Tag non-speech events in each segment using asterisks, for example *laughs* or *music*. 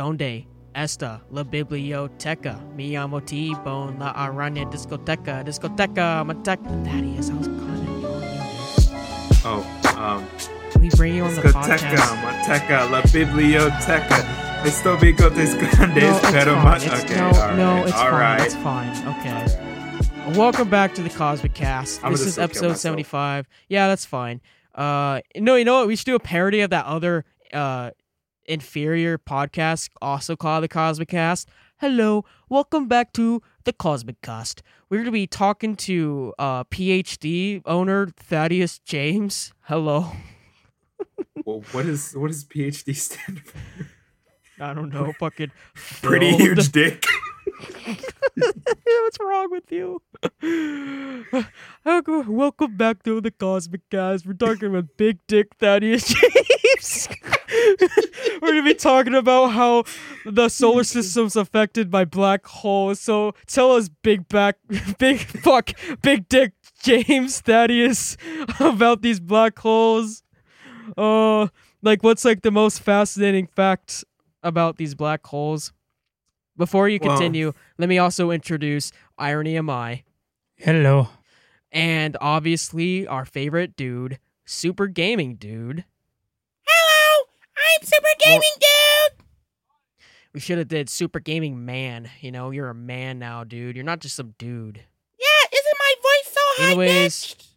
donde esta la biblioteca? Mi amo T-Bone, la araña discoteca, discoteca, mateca. Thaddeus, I was calling you on you. Oh, um, We bring you on the discoteca, podcast. mateca, la biblioteca. Esto bico des grandes, no, it's pero fine. mas. It's- Okay, no, all right, no, it's all fine. right. It's fine. Okay. Welcome back to the Cosmic Cast. I'm this gonna is still kill episode myself. 75. Yeah, that's fine. Uh, no, you know what? We should do a parody of that other uh inferior podcast, also called the Cosmic Cast. Hello, welcome back to the Cosmic Cast. We're gonna be talking to uh PhD owner Thaddeus James. Hello. *laughs* Well, what is what does PhD stand for? I don't know, fucking Pretty thrilled. huge dick. *laughs* What's wrong with you? *laughs* Welcome- Welcome back to the Cosmic Guys. We're talking about Big Dick Thaddeus *laughs* James. We're gonna be talking about how the solar system's affected by black holes. So tell us, Big Back, *laughs* Big Fuck, Big Dick James Thaddeus, *laughs* about these black holes. Uh, like what's like the most fascinating fact about these black holes? Before you Well- continue, let me also introduce Irony Am I Hello. and obviously our favorite dude, Super Gaming Dude. Hello, I'm Super Gaming Dude. We should have did Super Gaming Man. You know, you're a man now, dude. You're not just some dude. Yeah, isn't my voice so high Anyways, pitched?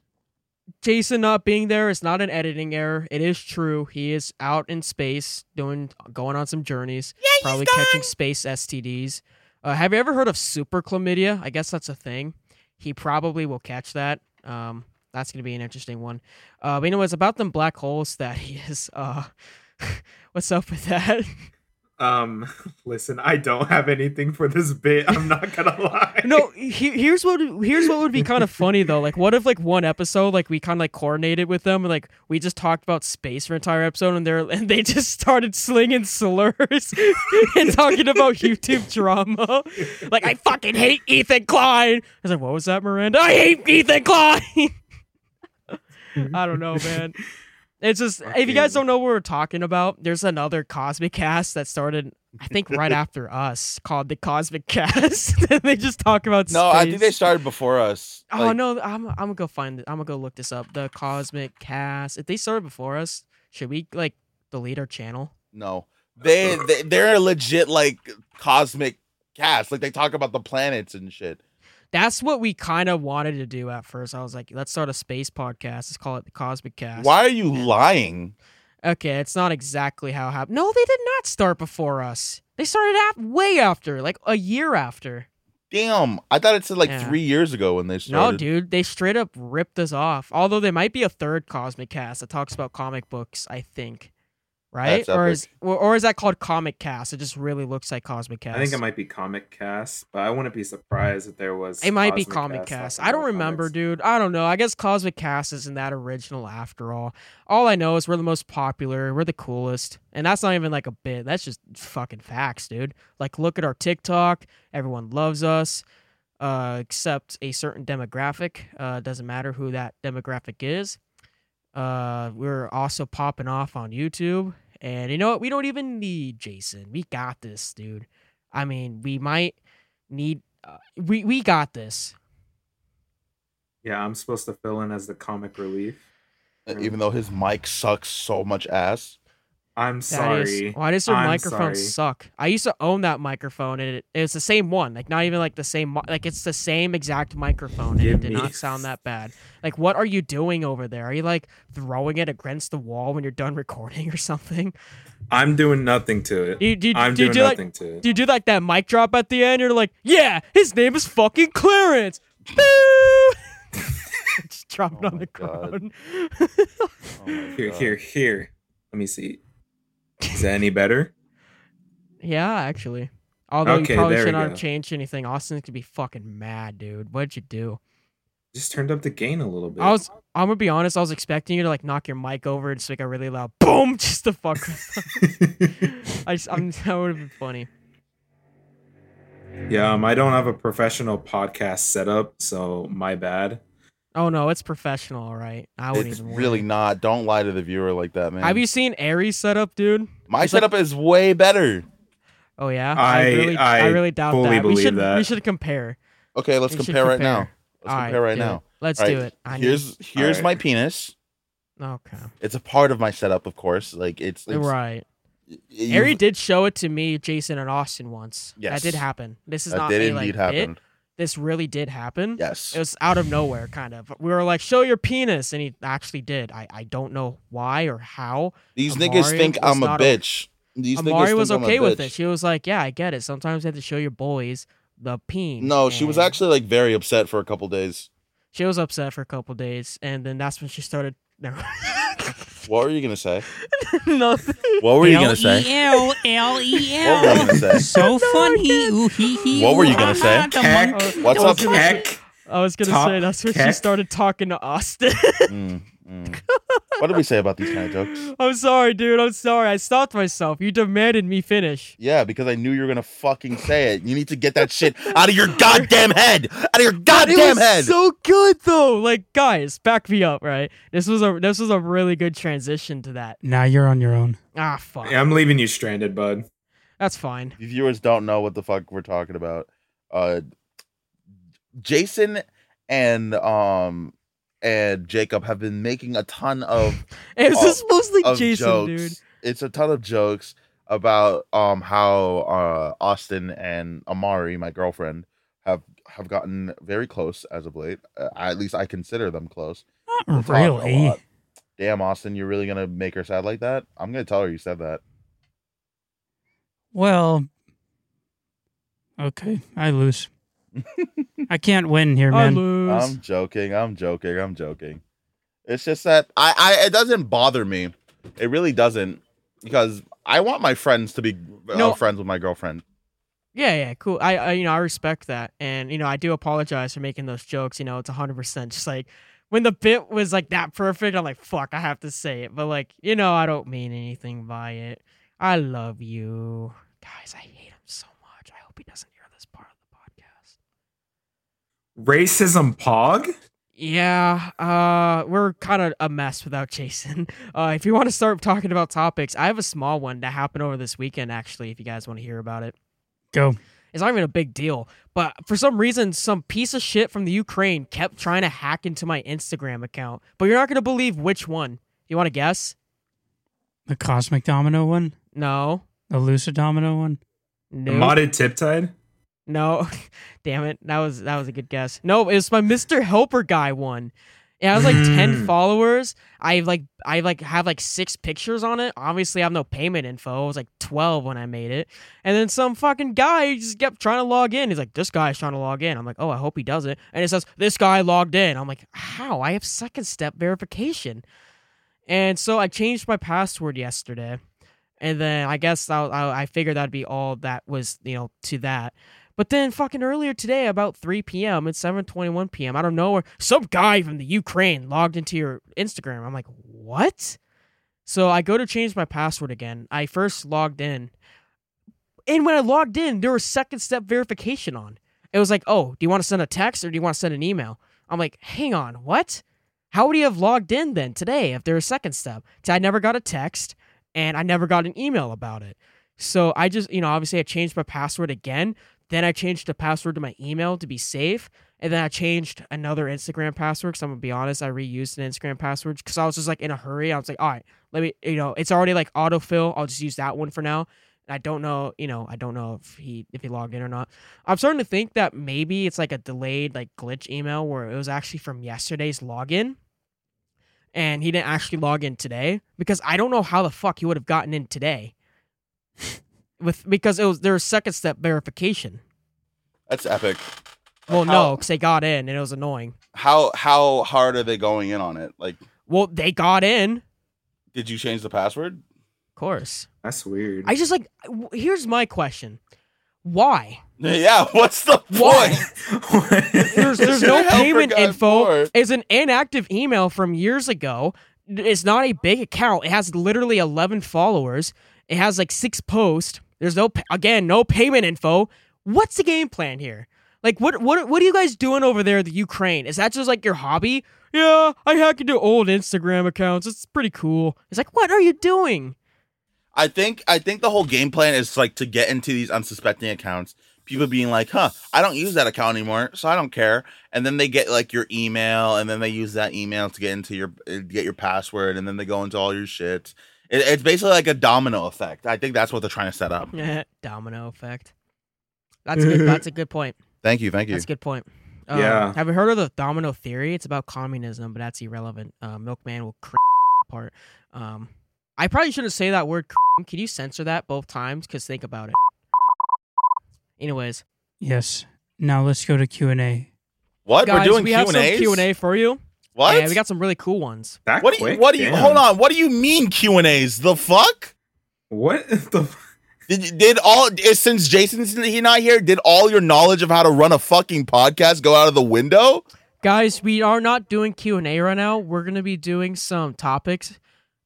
Jason not being there is not an editing error. It is true. He is out in space doing going on some journeys, Yeah, probably he's gone. catching space STDs. Uh, have you ever heard of super chlamydia? I guess that's a thing. He probably will catch that. Um, that's gonna be an interesting one. Uh, but anyways, about them black holes that he is. Uh, *laughs* what's up with that? Um, listen, I don't have anything for this bit. I'm not gonna *laughs* lie. no he, here's what here's what would *laughs* be kind of funny though like what if like one episode like we kind of like coordinated with them and like we just talked about space for an entire episode and they're and they just started slinging slurs *laughs* and talking about youtube drama like i fucking hate ethan klein i was like what was that miranda i hate ethan klein *laughs* i don't know man it's just if you guys Fucking- don't know what we're talking about there's another cosmic cast that started I think right *laughs* after us, called the Cosmic Cast. *laughs* and they just talk about No, I think they space. started before us. oh Like, no, I'm I'm gonna go find. I'm gonna go look this up. The Cosmic Cast. If they started before us, should we like delete our channel? no, they, they they're a legit like cosmic cast. Like they talk about the planets and shit. That's what we kind of wanted to do at first. I was like, let's start a space podcast. Let's call it the Cosmic Cast. Why are you lying? Okay, it's not exactly how it happened. No, they did not start before us. They started af- way after, like a year after. Damn, I thought it said like Yeah. three years ago when they started. No, dude, they straight up ripped us off. Although there might be a third Cosmic Cast that talks about comic books, I think. Right? That's or epic. is or, or is that called Comic Cast? It just really looks like Cosmic Cast. I think it might be Comic Cast, but I wouldn't be surprised if there was. It might be Cosmic Comic Cast. on I don't Marvel remember, Comics. dude. I don't know. I guess Cosmic Cast isn't that original after all. All I know is we're the most popular. We're the coolest. And that's not even like a bit. That's just fucking facts, dude. Like, look at our TikTok. Everyone loves us, uh, except a certain demographic. Uh, doesn't matter who that demographic is. Uh, we're also popping off on YouTube. And you know what? We don't even need Jason. We got this, dude. I mean, we might need. Uh, we we got this. Yeah, I'm supposed to fill in as the comic relief. uh, Even though his mic sucks so much ass. I'm That is- sorry. why does your I'm microphone sorry. suck? I used to own that microphone, and it, it's the same one. Like not even like the same. mi- Like it's the same exact microphone, and it Give did me- not sound that bad. Like what are you doing over there? Are you like throwing it against the wall when you're done *laughs* recording or something? I'm doing nothing to it. Do you do, you- I'm do you doing do like nothing to it. do you do like that mic drop at the end? You're like, yeah, his name is fucking Clarence. *laughs* Boo! *laughs* Just drop it Oh on my the God. ground. *laughs* Oh my Here, Uh, God. here, here. Let me see. Is that any better? Yeah, actually. Although Okay, you probably there should we not go. have changed anything. Austin's gonna be fucking mad, dude. What'd you do? Just turned up the gain a little bit. I was I'm gonna be honest, I was expecting you to like knock your mic over and just make a really loud boom *laughs* just to fuck with them. I just I'm *laughs* that would have been funny. *laughs* yeah, um, I don't have a professional podcast setup, so my bad. Oh no, it's professional, all right. I wouldn't It's even worry. really not. Don't lie to the viewer like that, man. Have you seen Aries setup, dude? My it's like- setup is way better. Oh yeah, I- really, I really doubt that. fully We believe should, that. we should compare. Okay, let's We should compare right compare. now. Let's All right, compare right do now. it. Let's All do right, it. I need- Here's here's All my right. penis. okay, It's a part of my setup, of course. Like it's, it's right. y- y- Ari you've- did show it to me, Jason, and Austin once. Yes. that did happen. This is that not did a, like, indeed happen. bit. This really did happen. Yes. It was out of nowhere, kind of. We were like, "Show your penis," and he actually did. I, I don't know why or how. These Amari niggas think was I'm a not o- bitch. These niggas Amari think was I'm a okay with bitch. it. She was like, "Yeah, I get it. Sometimes you have to show your boys the peen." No, she was And actually like very upset for a couple days. She was upset for a couple days, and then that's when she started. *laughs* Never. What were you gonna *laughs* say? Nothing. What were you gonna say? L-E-L, L-E-L. What were you *laughs* gonna say? E So funny. Ooh, hee, hee, What were you ooh, gonna ah, say? the Heck. monkey. What's I up? was gonna say- Heck. I was gonna Top say that's when she cat. started talking to Austin. Mm, mm. What did we say about these kind of jokes? *laughs* I'm sorry, dude. I'm sorry. I stopped myself. You demanded me finish. Yeah, because I knew you were gonna fucking say it. You need to get that shit *laughs* out of your goddamn head. Out of your it goddamn was head. so good though. Like, guys, back me up, right? This was a this was a really good transition to that. Now you're on your own. Ah, fuck. I'm leaving you stranded, bud. That's fine. If viewers don't know what the fuck we're talking about, uh, Jason and um and Jacob have been making a ton of *laughs* It was Oh, just mostly of Jason, jokes. dude. It's a ton of jokes about um how uh Austin and Amari, my girlfriend, have have gotten very close as of late. Uh, at least I consider them close. They Not talk a really. lot. Damn, Austin, you're really gonna make her sad like that? I'm gonna tell her you said that. Well, okay. I lose. I can't win *laughs* here, I man. lose. I'm joking. I'm joking. I'm joking. It's just that I, I it doesn't bother me. It really doesn't because I want my friends to be uh, No. friends with my girlfriend. yeah, yeah, cool. I, I, you know, I respect that, and you know, I do apologize for making those jokes. You know, it's hundred percent just like when the bit was like that perfect. I'm like, fuck, I have to say it, but like, you know, I don't mean anything by it. I love you, guys. I hate him so much. I hope he doesn't hear this part of the podcast. Racism pog? Yeah, uh, we're kind of a mess without Jason. *laughs* Uh, if you want to start talking about topics, I have a small one that happened over this weekend, actually, if you guys want to hear about it. Go. It's not even a big deal, but for some reason, some piece of shit from the Ukraine kept trying to hack into my Instagram account. But you're not going to believe which one. You want to guess? The Cosmic Domino one? No. The Lucid Domino one? No. Modded Tiptide? No, *laughs* damn it, that was that was a good guess. No, it was my Mister Helper guy one. And I was like ten Mm. followers. I like I like have like six pictures on it. Obviously, I have no payment info. I was like twelve when I made it, and then some fucking guy just kept trying to log in. He's like, "This guy's trying to log in." I'm like, "Oh, I hope he doesn't." And it says, "This guy logged in." I'm like, "How? I have second step verification." And so I changed my password yesterday, and then I guess I I, I figured that'd be all that was you know to that. But then fucking earlier today, about 3 p.m. and 7:21 p.m. I don't know where some guy from the Ukraine logged into your Instagram. I'm like, what? So I go to change my password again. I first logged in, and when I logged in, there was second step verification on. It was like, oh, do you want to send a text or do you want to send an email? I'm like, hang on, what? How would he have logged in then today if there was second step? So I never got a text and I never got an email about it. So I just, you know, obviously I changed my password again. Then I changed the password to my email to be safe. And then I changed another Instagram password because I'm going to be honest, I reused an Instagram password because I was just like in a hurry. I was like, all right, let me, you know, it's already like autofill. I'll just use that one for now. And I don't know, you know, I don't know if he if he logged in or not. I'm starting to think that maybe it's like a delayed like glitch email where it was actually from yesterday's login and he didn't actually log in today because I don't know how the fuck he would have gotten in today. With because it was there was second step verification. That's epic. Well, How- no, because they got in and it was annoying. How how hard are they going in on it? Like, Well, they got in, of did you change the password? *laughs* course. That's weird. *laughs* I just like. w- Here's my question: Why? *laughs* Yeah, what's the Why? point? There's there's Sure, no help her payment God info. more. It's an inactive email from years ago. It's not a big account. It has literally 11 followers. It has like six posts. There's no pa- again no payment info. What's the game plan here? Like what what what are you guys doing over there in the Ukraine? Is that just like your hobby? Yeah, I hack into old Instagram accounts. It's pretty cool. It's like what are you doing? I think I think the whole game plan is like to get into these unsuspecting accounts. People being like, "Huh, I don't use that account anymore, so I don't care." And then they get like your email, and then they use that email to get into your uh, get your password, and then they go into all your shit. It, it's basically like a domino effect. I think that's what they're trying to set up. *laughs* Domino effect. That's a good, that's a good point. Thank you, thank you. That's a good point. Um, Yeah. Have you heard of the domino theory? It's about communism, but that's irrelevant. Uh, Milkman will cr- *laughs* apart. Um, I probably shouldn't say that word. Cr- *laughs* Can you censor that both times? Because think about it. *laughs* Anyways, Yes. Now let's go to Q and A. What guys, we're doing we Q have and some A? Q and A for you. What? Yeah, we got some really cool ones. That what do you? quick? What do you? Damn. Hold on. What do you mean Q and A's? The fuck? What the? *laughs* Did, did all is- since Jason's he not here? Did all your knowledge of how to run a fucking podcast go out of the window? Guys, we are not doing Q and A right now. We're gonna be doing some topics. *laughs*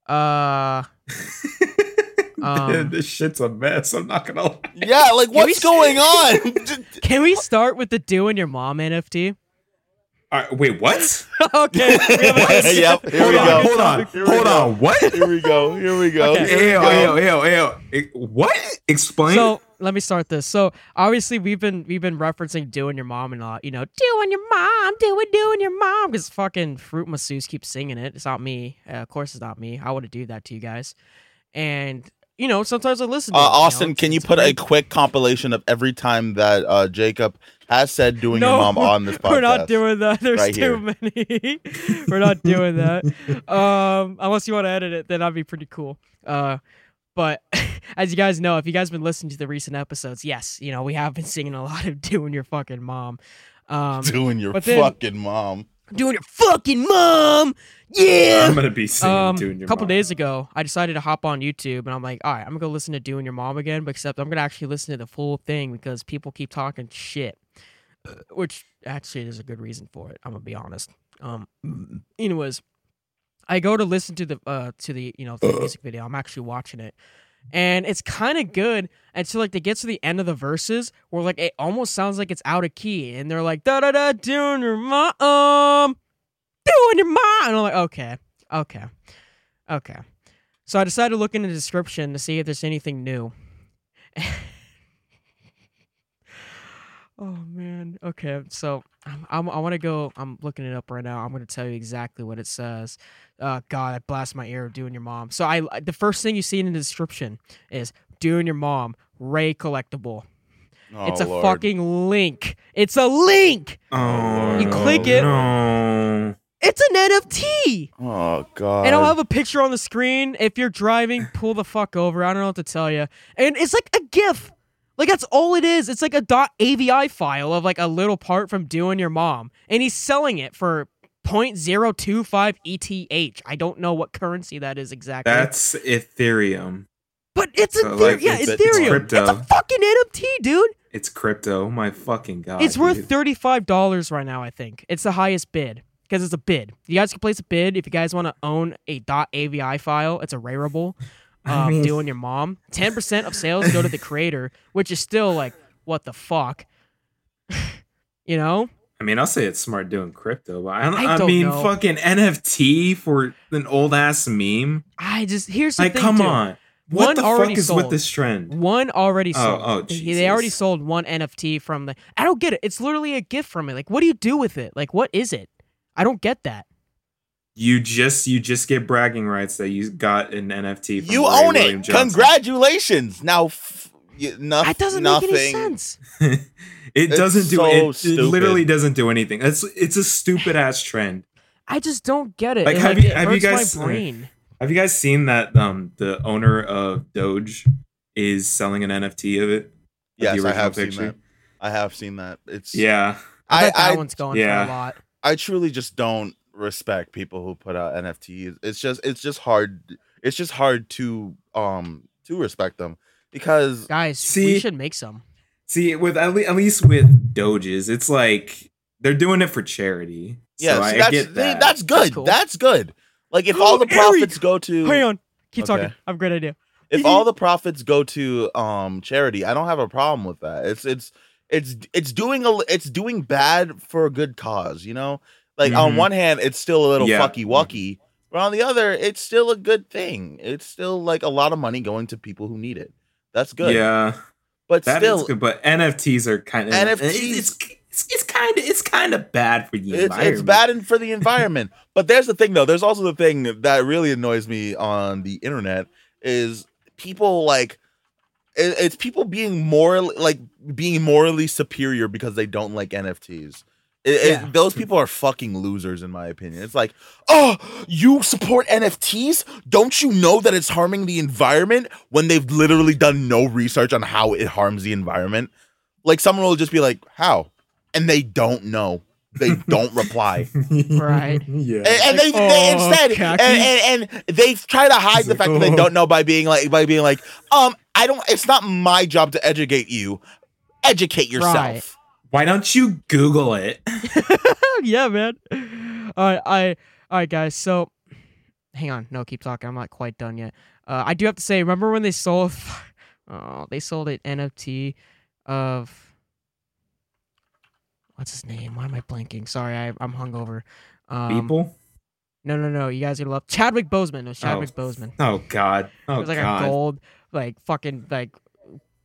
Uh, um, this shit's a mess. I'm not gonna. Lie. Yeah, like we what's see- going on? *laughs* D- can we start with the "Do and Your Mom" NFT? All right, wait, what? *laughs* okay. *laughs* we have a- yep. Here hold we on, go. hold on, Here we hold go. on. What? Here we go. Here we go. Okay. Here we Ew, go. ew, ew, ew. Ex- What? Hmm? Explain. So let me start this. So obviously we've been we've been referencing doing your mom and lot, you know, doing your mom, doing doing your mom, because fucking Fruit Masseuse keeps singing it. It's not me. Uh, of course, it's not me. I wouldn't do that to you guys. And you know, sometimes I listen. Uh, to it, you know, Austin, it's- can you it's put a great. quick compilation of every time that uh, Jacob has said doing No, your mom on this *laughs* podcast? We're not doing that. There's Right too many. *laughs* We're not doing *laughs* that. Um, unless you want to edit it, then that'd be pretty cool. Uh, but *laughs* as you guys know, if you guys been listening to the recent episodes, yes, you know we have been singing a lot of *laughs* "Doing Your Fucking Mom." *laughs* Um, *laughs* doing your But then- fucking mom. doing your fucking mom, yeah. I'm gonna be singing doing Um, a your couple mom. days ago, I decided to hop on YouTube and I'm like, all right, I'm gonna go listen to "Doing Your Mom" again, but except I'm gonna actually listen to the full thing because people keep talking shit, Uh, which actually there's a good reason for it. I'm gonna be honest. Um, *clears throat* anyways, I go to listen to the uh to the you know *clears throat* to the music video. I'm actually watching it, and it's kind of good until like they get to the end of the verses where like it almost sounds like it's out of key, and they're like da da da doing your mom, doing your mom, and I'm like okay, okay, okay. So I decided to look in the description to see if there's anything new. oh man. Okay. So I'm, I'm, I want to go. I'm looking it up right now. I'm going to tell you exactly what it says. Uh, God, I blast my ear doing your mom. So I I- the first thing you see in the description is doing your mom Ray collectible. it's Oh, a Lord. fucking link. It's a link. Oh, You click it. No. It's an NFT. Oh god. And I'll Uh, have a picture on the screen. If you're driving, pull the fuck over. I don't know what to tell you. And it's like a GIF. Like that's all it is. It's like a .avi file of like a little part from doing your mom, and he's selling it for 0.025 ETH. E I don't know what currency that is exactly. That's Ethereum. but it's a so, theory. like, yeah, it's- it's, it's Ethereum. It's, crypto. a fucking NFT, dude. It's crypto. Oh My fucking god. it's worth Uh, dude. thirty-five dollars right now. I think it's the highest bid because it's a bid. You guys can place a bid if you guys want to own a .avi file. It's a rareable. *laughs* I um, mean- doing your mom. Ten percent of sales go to the creator, which is still like, what the fuck? *laughs* you know? I mean, I'll say it's smart doing crypto, but I don't. I I, don't mean, know. fucking NFT for an old ass meme. I just here's the Like, thing. come dude. on. What One the already fuck is sold. with this trend? One already Oh, sold. oh, they, they already Jesus. sold one NFT from the. I don't get it. It's literally a gift from it. Like, what do you do with it? Like, what is it? I don't get that. You just you just get bragging rights that you got an NFT. From You Ray own William it. Johnson. Congratulations. Now, f- y- no- That doesn't nothing. make any sense. *laughs* it It's doesn't do so it, it literally stupid. doesn't do anything. It's it's a stupid ass trend. I just don't get it. Like, It, have like, you- it have you hurts guys- my brain. Have you guys seen that um the owner of Doge is selling an NFT of it? Of the Yes, I original have seen that. I have seen that. It's Yeah. I, I bet that I, one's going yeah. for a lot. I truly just don't respect people who put out NFTs. It's just it's just hard. It's just hard to um to respect them because Guys, we See- should make some. See, with at, le- at least with Doges, it's like they're doing it for charity. so yeah, see, I, I that's get that. that's good. That's, cool. good. Like if Oh, all the Eric! profits go to Hang on. Keep Okay. talking. I have a great idea. if Mm-hmm. all the profits go to um charity, I don't have a problem with that. It's it's it's it's doing a it's doing bad for a good cause, you know. Like on Mhm. one hand, it's still a little Yeah. fucky wucky, But on the other, it's still a good thing. It's still like a lot of money going to people who need it. That's good. Yeah, But that is still, good. But NFTs are kind of NFTs It's it's, it's kind of it's kind of bad for the it's, environment. it's bad in- *laughs* for the environment. but there's the thing though. There's also the thing that really annoys me on the internet is people like it- it's people being morally like being morally superior because they don't like NFTs. It- it- Yeah. those people are fucking losers, in my opinion. It's like, oh, you support NFTs? Don't you know that it's harming the environment when they've literally done no research on how it harms the environment? Like, someone will just be like, how? And they don't know. *laughs* They don't reply *laughs* Right. Yeah. and, Like, and they, they "Oh, instead and, khaki." and, and they try to hide the like, fact that they "Oh." don't know by being like by being like um i don't it's not my job to educate you educate yourself Right. Why don't you Google it? yeah, man. All right, I all right, guys. So, hang on. No, keep talking. I'm not quite done yet. Uh, I do have to say, remember when they sold? *laughs* Oh, they sold an NFT of what's his name? Why am I blinking? Sorry, I, I'm hungover. Um, People. No, no, no. You guys are gonna love Chadwick Boseman. It was Chadwick Boseman. Oh God. Oh it was like God. a gold, like fucking like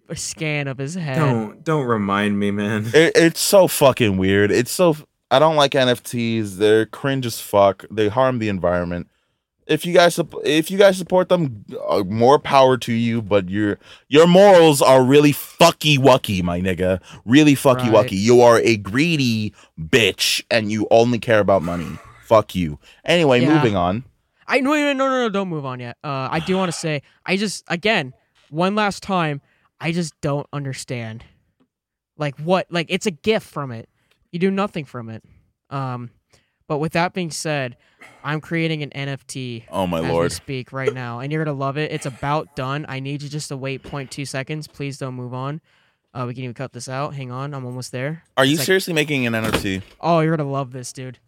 a scan of his head. Don't don't remind me, man. It, it's so fucking weird it's so i don't like nfts they're cringe as fuck they harm the environment if you guys sup- if you guys support them uh, more power to you but your your morals are really fucky wucky my nigga really fucky Right. wucky you are a greedy bitch and you only care about money fuck you anyway Yeah. moving on I no, no, no, no, no, don't move on yet. Uh, I do want to say, I just again, one last time, I just don't understand. Like what? Like it's a gift from it. You do nothing from it. Um, but with that being said, I'm creating an NFT oh my as we lord speak right now, and you're gonna love it. It's about done. I need you just to wait 0.2 seconds. Please don't move on. Uh, we can even cut this out. Hang on, I'm almost there. are you It's like- seriously making an nft Oh, you're gonna love this, dude.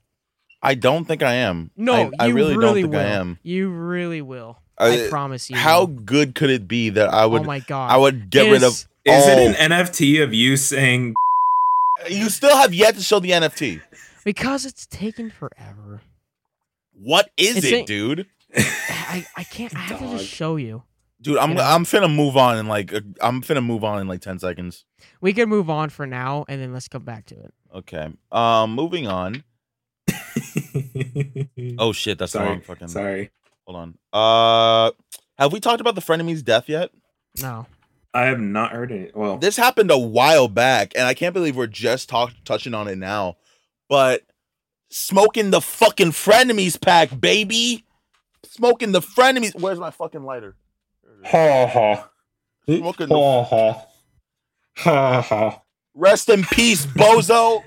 i don't think i am No, i, you I really, don't think will. i am You really will. I I- promise you. how will. good could it be that i would oh my god. i would get It rid of is- *laughs* Is it Oh. an NFT of you saying *laughs* You still have yet to show the NFT. because it's taken forever. What is It's it, saying- dude? I, I can't. I have to Dog. just show you. Dude, I'm You know? I'm finna move on in like uh, I'm finna move on in like ten seconds. We can move on for now, and then let's come back to it. Okay. Um, moving on. oh, *laughs* Oh shit, that's the sorry, wrong fucking. sorry. Hold on. Uh, have we talked about the frenemy's death yet? No, I have not heard it. Well, This happened a while back, and I can't believe we're just talk- touching on it now. But smoking the fucking frenemies pack, baby. Smoking the frenemies. Where's my fucking lighter? ha ha. Smoking the- ha ha. Ha ha. Rest in peace, bozo.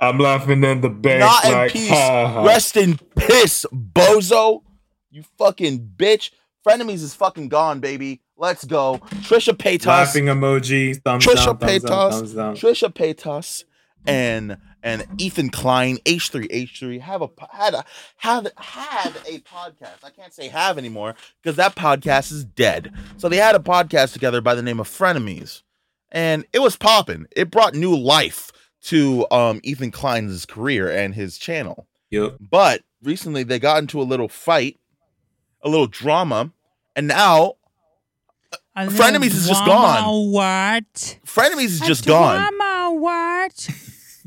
I'm laughing at the bass. Not in like, peace. Ha, ha. Rest in piss, bozo. You fucking bitch. Frenemies is fucking gone, baby. Let's go. Trisha Paytas. Laughing emoji. Thumbs Trisha down. Thumbs Paytas. up. Thumbs down. Trisha Paytas and and Ethan Klein, H3 H3, have a po- had a have had a podcast. I can't say have anymore because that podcast is dead. So they had a podcast together by the name of Frenemies. And it was popping. It brought new life to um, Ethan Klein's career and his channel. *clears throat* Yep. But recently they got into a little fight, a little drama, and now A Frenemies little is just drama, gone. What? Frenemies is A just gone. drama, what?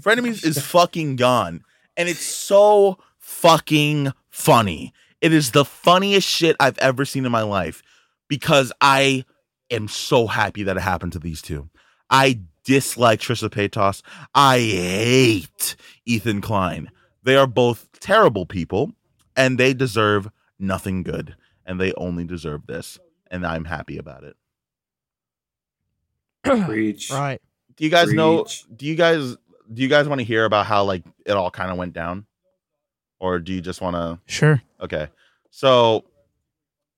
Frenemies *laughs* is fucking gone. And it's so fucking funny. It is the funniest shit I've ever seen in my life because I am so happy that it happened to these two. I dislike Trisha Paytas. I hate Ethan Klein. They are both terrible people and they deserve nothing good. And they only deserve this. And I'm happy about it. Preach. right. Do you guys know Preach. do you guys do you guys want to hear about how like it all kind of went down or do you just want to Sure. okay so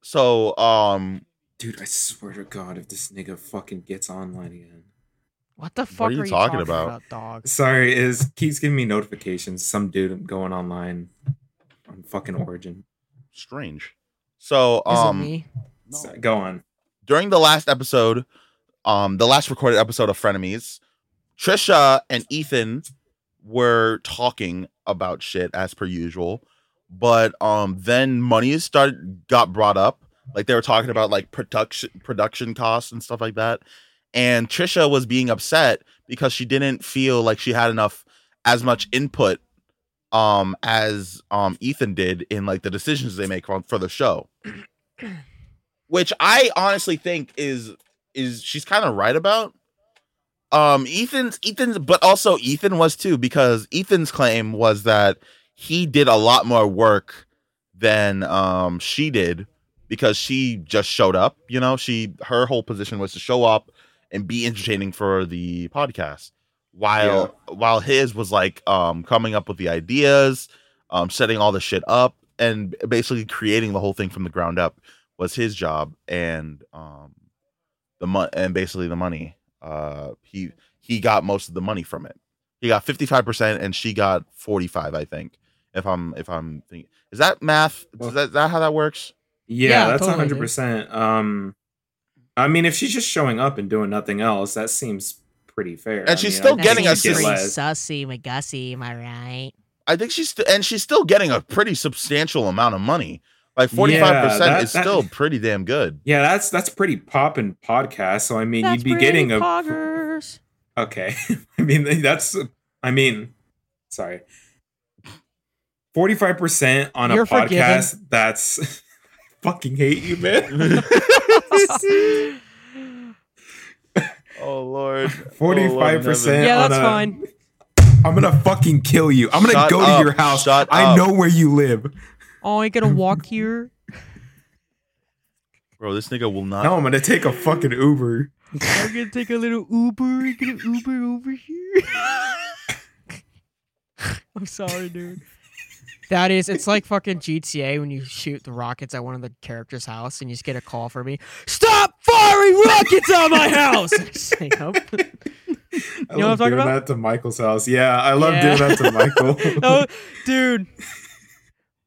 so um Dude, I swear to God, if this nigga fucking gets online again. What the fuck you are talking talking about? about, dog? Sorry, is keeps giving me notifications. Some dude going online on fucking Origin. strange so Is um it me? So- go on. during the last episode, um, the last recorded episode of Frenemies, Trisha and Ethan were talking about shit as per usual. but um then money started got brought up like they were talking about like production production costs and stuff like that and trisha was being upset because she didn't feel like she had enough as much input um as um ethan did in like the decisions they make on, for the show which i honestly think is is she's kind of right about um ethan's ethan's but also ethan was too because ethan's claim was that he did a lot more work than um she did because she just showed up you know she her whole position was to show up and be entertaining for the podcast while while his was like um coming up with the ideas um setting all the shit up and basically creating the whole thing from the ground up was his job and um the money and basically the money uh he he got most of the money from it he got 55% and she got 45 i think if i'm if i'm thinking is that math is that, is that how that works Yeah, Yeah, that's totally, dude. 100%. Um, I mean, if she's just showing up and doing nothing else, that seems pretty fair. And I she's mean, still I getting think us she did free less. sussy McGussy, am I right? i think she's st- and she's still getting a pretty substantial amount of money like 45% Yeah, that- is that- still pretty damn good Yeah, that's that's pretty poppin' podcast. So I mean, That's you'd be pretty getting a *laughs* poggers. okay. *laughs* I mean, that's I mean, sorry, forty five percent on You're a podcast. That's *laughs* I fucking hate *laughs* you, *laughs* man. *laughs* *laughs* oh lord Forty five percent. Yeah, that's fine. I'm gonna fucking kill you. I'm gonna Shut go up. to your house. Shut I up. know where you live. Oh, I ain't gonna walk here. bro this nigga will not Now I'm gonna take a fucking Uber. I'm gonna take a little Uber. I'm gonna Uber over here. *laughs* I'm sorry, dude. That is, it's like fucking GTA when you shoot the rockets at one of the characters' house and you just get a call from me. Stop firing rockets at my house! *laughs* Just like, "Oh." I You know what I'm love talking doing about? that to Michael's house. Yeah, I love Yeah. doing that *laughs* to *laughs* Michael. oh, *laughs* dude.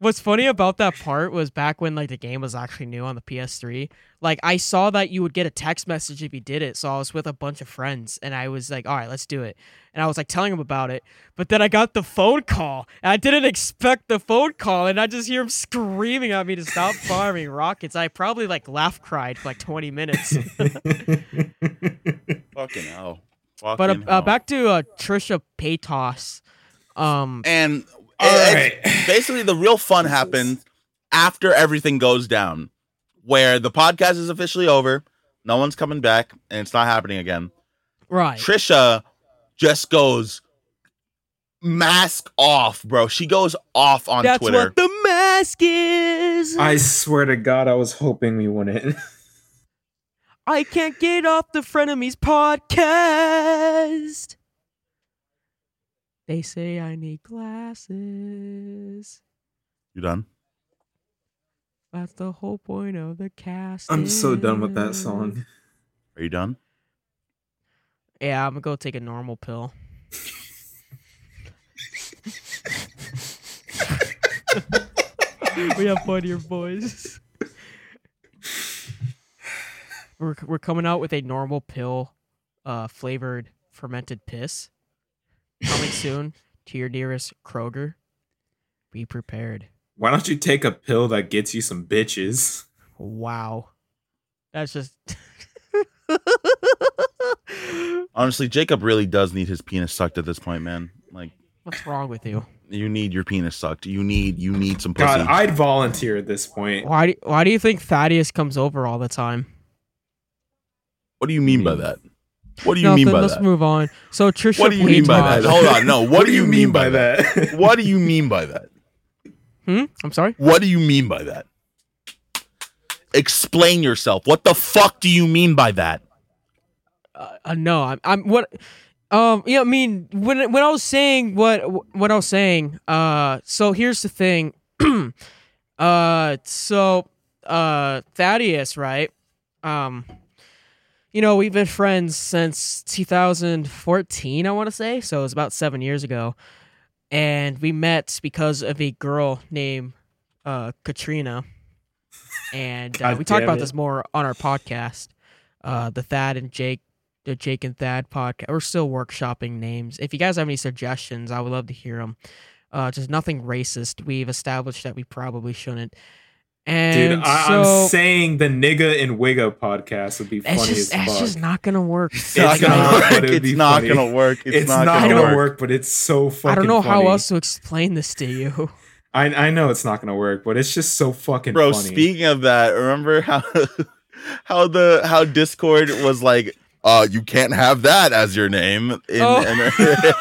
What's funny about that part was back when like the game was actually new on the PS3. Like I saw that you would get a text message if you did it, so I was with a bunch of friends and I was like, "All right, let's do it." And I was like telling them about it, but then I got the phone call. And I didn't expect the phone call, and I just hear him screaming at me to *laughs* stop farming rockets. I probably like laugh cried for like twenty *laughs* minutes. fucking hell but uh, Fucking uh, hell. back to uh, Trisha Paytas. Um, and All it's- right. basically the real fun happens after everything goes down where the podcast is officially over no one's coming back and it's not happening again right. trisha just goes mask off bro she goes off on That's twitter what the mask is. I swear to God, I was hoping we wouldn't. I can't get off the Frenemies podcast. They say I need glasses. you done That's the whole point of the cast. *laughs* I'm so done with that is- song. are you done Yeah, I'm gonna go take a normal pill. we have fun here, boys. We're we're coming out with a normal pill, uh, flavored fermented piss, coming soon to your nearest Kroger. Be prepared. Why don't you take a pill that gets you some bitches? Wow, that's just. *laughs* honestly jacob really does need his penis sucked at this point man like What's wrong with you? you need your penis sucked you need you need some pussy God, I'd volunteer at this point. Why do, why do you think Thaddeus comes over all the time? what do you mean by that what do you Nothing, mean by let's that move on. So Trisha what do you mean by Paytas- that hold on no what, do you mean by that that? *laughs* what do you mean by that Hmm? I'm sorry. What do you mean by that? Explain yourself. What the fuck do you mean by that? Uh, uh, no, I'm. I'm what. Um. Yeah. I mean, when when I was saying what what I was saying. Uh. So here's the thing. *clears throat* uh. So uh. Thaddeus, right? Um. You know, we've been friends since 2014. I want to say so. It's about seven years ago, and we met because of a girl named uh, Katrina, and uh, God we talked damn about it. this more on our podcast. uh, the Thad and Jake, the Jake and Thad podcast. We're still workshopping names. If you guys have any suggestions, I would love to hear them. Uh, just nothing racist. We've established that we probably shouldn't. And Dude, I, so I'm saying the nigga in Wigga podcast would be funny that's just as fuck. that's just not gonna work. It's It's not gonna not, *laughs* work. but it'd It's be not funny. gonna work. it's, not, gonna work. but it's so fucking. I don't know funny. how else to explain this to you. *laughs* I I know it's not gonna work, but it's just so fucking Bro, funny. speaking of that, remember how *laughs* how the how Discord was like, uh, you can't have that as your name in, Oh.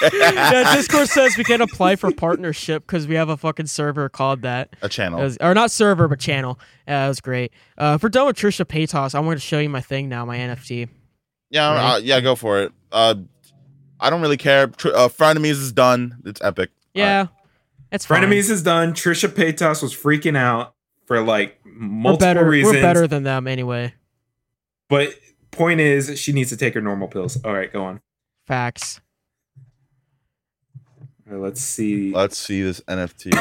*laughs* in- yeah, Discord says we can apply for partnership because we have a fucking server called that. a channel. It was- or not server, but channel. Uh, it was great. Uh, if we're done with Trisha Paytas, I'm going to show you my thing now, my NFT. Yeah, Right? uh, yeah, go for it. Uh, I don't really care. Tr- uh, Frenemies is done. It's epic. Yeah, it's fine. Frenemies is done. Trisha Paytas was freaking out for like We're multiple better. reasons. We're better than them anyway. But point is, she needs to take her normal pills. All right, go on. Facts. All right, let's see. *sighs* Let's see this *laughs* NFT.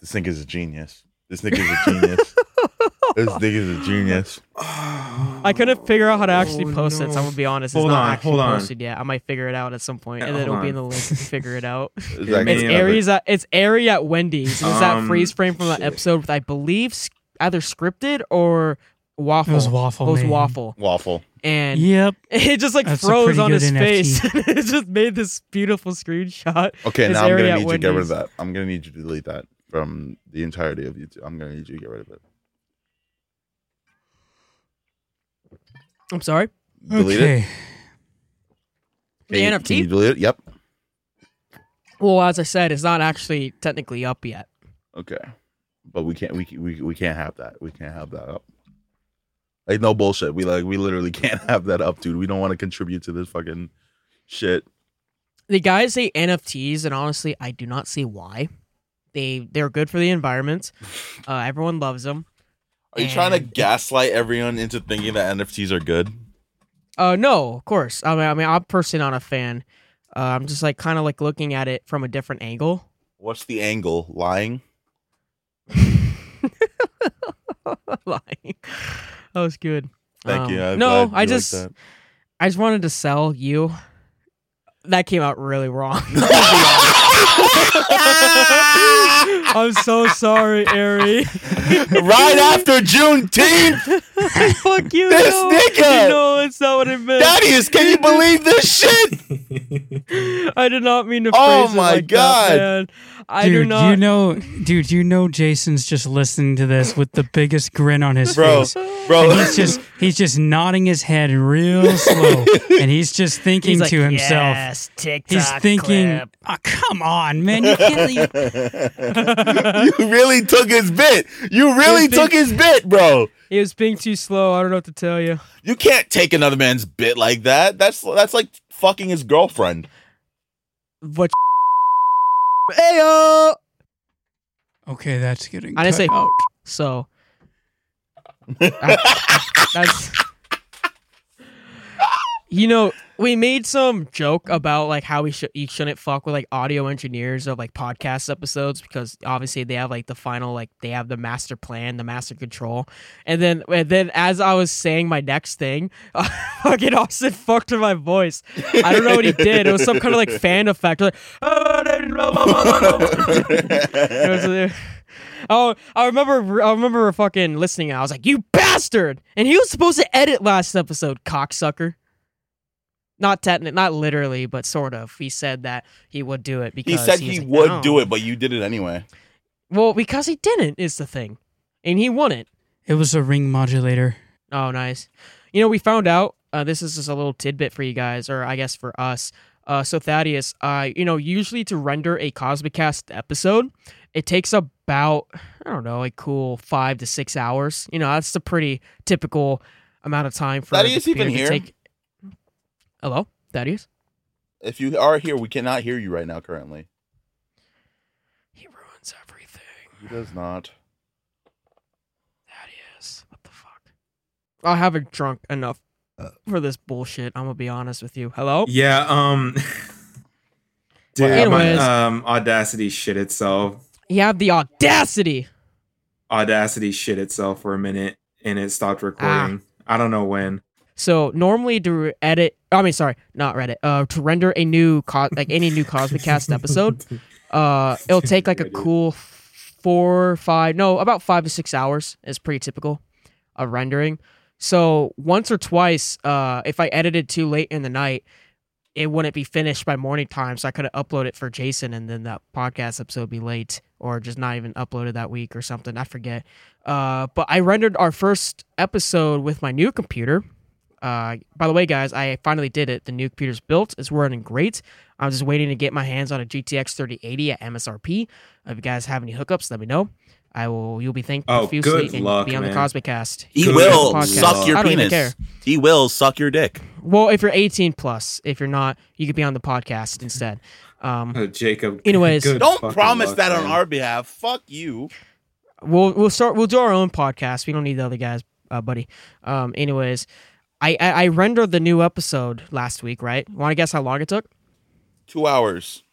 this nigga's a genius. This nigga's a *laughs* genius. this nigga's a genius. I couldn't figure out how to actually Oh, post it. So I'm no. gonna be honest. Hold it's not on, actually hold on. posted yet. I might figure it out at some point, Yeah, and then it'll hold be in the on. link. to Figure it *laughs* out. It's Yeah, actually It's man. epic. Aries. At, it's Ari at Wendy's. It was that Um, freeze frame from that shit. episode with I believe s- either scripted or waffle. It was waffle. It was man. waffle, Waffle. and Yep. *laughs* it just like That's a froze pretty on good his face. *laughs* NFT. it just made this beautiful screenshot. Okay, It's now I'm Ari gonna at need you to get rid Wendy's. of that. I'm gonna need you to delete that from the entirety of YouTube. I'm gonna need you to get rid of it. I'm sorry. Delete it. okay. The Can you- NFT? Can you delete it? Yep. Well, as I said, it's not actually technically up yet. Okay. But we can't we c- we we can't have that. We can't have that up. Like no bullshit. We like we literally *laughs* can't have that up, dude. We don't want to contribute to this fucking shit. The guys say NFTs, and honestly, I do not see why. They they're good for the *laughs* environment. Uh, everyone loves them. Are you trying to And- gaslight everyone into thinking that NFTs are good? Uh, no, of course. I mean, I mean, I'm personally not a fan. Uh, I'm just like kind of like looking at it from a different angle. *laughs* What's the angle? Lying? Lying. That was good. Thank Um, you. I'm no, glad I you like just that. I just wanted to sell you. That came out really *laughs* wrong. *laughs* *laughs* I'm so sorry, Ari. *laughs* *laughs* right after Juneteenth, Fuck you. This no. nigga! No, it's not what I meant. Thaddeus, can you believe this shit? I did not mean to phrase Oh it my like that, God. man. I dude, do not. you know, dude, you know, Jason's just listening to this with the biggest grin on his Bro, *laughs* face. bro. *laughs* And he's just he's just nodding his head real slow, and he's just thinking He's like, to himself. Yes, TikTok He's thinking, *laughs* clip. oh, "Come on, man! *laughs* You can't leave you really took his bit. You really You think- took his bit, bro. It was being too slow. I don't know what to tell you. You can't take another man's bit like that. That's that's like fucking his *laughs* girlfriend. What? Hey yo. Okay, that's getting. I didn't say- cut out. So. I- that's. You know, we made some joke about like how we should you shouldn't fuck with like audio engineers of like podcast episodes because obviously they have like the final like they have the master plan, the master control. And then and then as I was saying my next thing, fucking Austin fucked with my voice. I don't know what he did. It was some kind of like fan effect. Like, *laughs* It was- it- oh, I remember. I remember fucking listening. And I was like, "You bastard!" And he was supposed to edit last episode, cocksucker. Not techni- not literally, but sort of. He said that he would do it because *laughs* he said was he like, would "No." do it, but you did it anyway. Well, because he didn't is the thing, and he won it. It was a ring modulator. Oh, nice. You know, we found out. Uh, this is just a little tidbit for you guys, or I guess for us. Uh, so Thaddeus, uh, you know, usually to render a Cosmicast episode, it takes about I don't know, a cool five to six hours. You know, that's a pretty typical amount of time for Thaddeus the computer even to here? Take... Hello, Thaddeus. If you are here, we cannot hear you right now. Currently, He ruins everything. he does not. Thaddeus, what the fuck? I haven't drunk enough Uh. for this bullshit. I'm gonna be honest with you. Hello. *laughs* Yeah. *laughs* Um. Dude, Anyways. my, um, Audacity shit itself. You have the audacity. Ah. Audacity shit itself for a minute, and it stopped recording. I don't know when. So normally to edit, I mean, sorry, not Reddit. Uh, to render a new co- like any new Cosmic *laughs* Cast episode, uh, it'll take like a Reddit. cool f- four, five, no, about five to six hours is pretty typical of rendering. So once or twice, uh, if I edited too late in the night, it wouldn't be finished by morning time, so I couldn't upload it for Jason, and then that podcast episode would be late, or just not even uploaded that week or something. I forget. Uh, but I rendered our first episode with my new computer. Uh, by the way, guys, I finally did it. The new computer's built. It's running great. I'm just waiting to get my hands on a GTX 3080 at MSRP. If you guys have any hookups, let me know. I will. You'll be thanked Oh, profusely good and luck, be on the man. Cosmic Cast. He Good will luck. suck your I don't even penis. He will suck your dick. Well, if you're 18 plus, if you're not, you could be on the podcast instead. Um, Uh, Jacob. Anyways. good Don't fucking promise luck, that on man. our behalf. Fuck you. we'll we'll start we'll do our own podcast. We don't need the other guys, uh, buddy. Um, anyways, I, I I rendered the new episode last week, right? Want to guess how long it took? Two hours.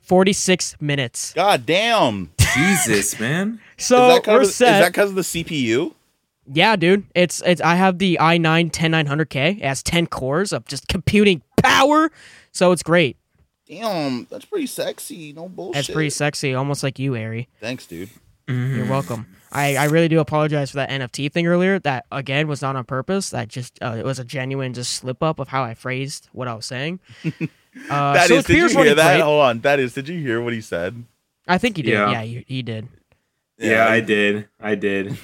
46 minutes. God damn. Jesus, man. So is that Oh, we're because set. of the CPU? Yeah, dude. It's it's I have the i9 10900K. It has 10 cores of just computing power. So it's great. Damn, that's pretty sexy. No bullshit. That's pretty sexy, almost like you, Ari. Thanks, dude. You're welcome. I, I really do apologize for that NFT thing earlier. That again was not on purpose. That just uh, it was a genuine just slip up of how I phrased what I was saying. *laughs* Uh, That so is. Did you Spears running hear that? Oh. great. Hold on. That is. Did you hear what he said? *laughs* I think he did. Yeah. Yeah, you, he did. Yeah, I did. I *laughs* did.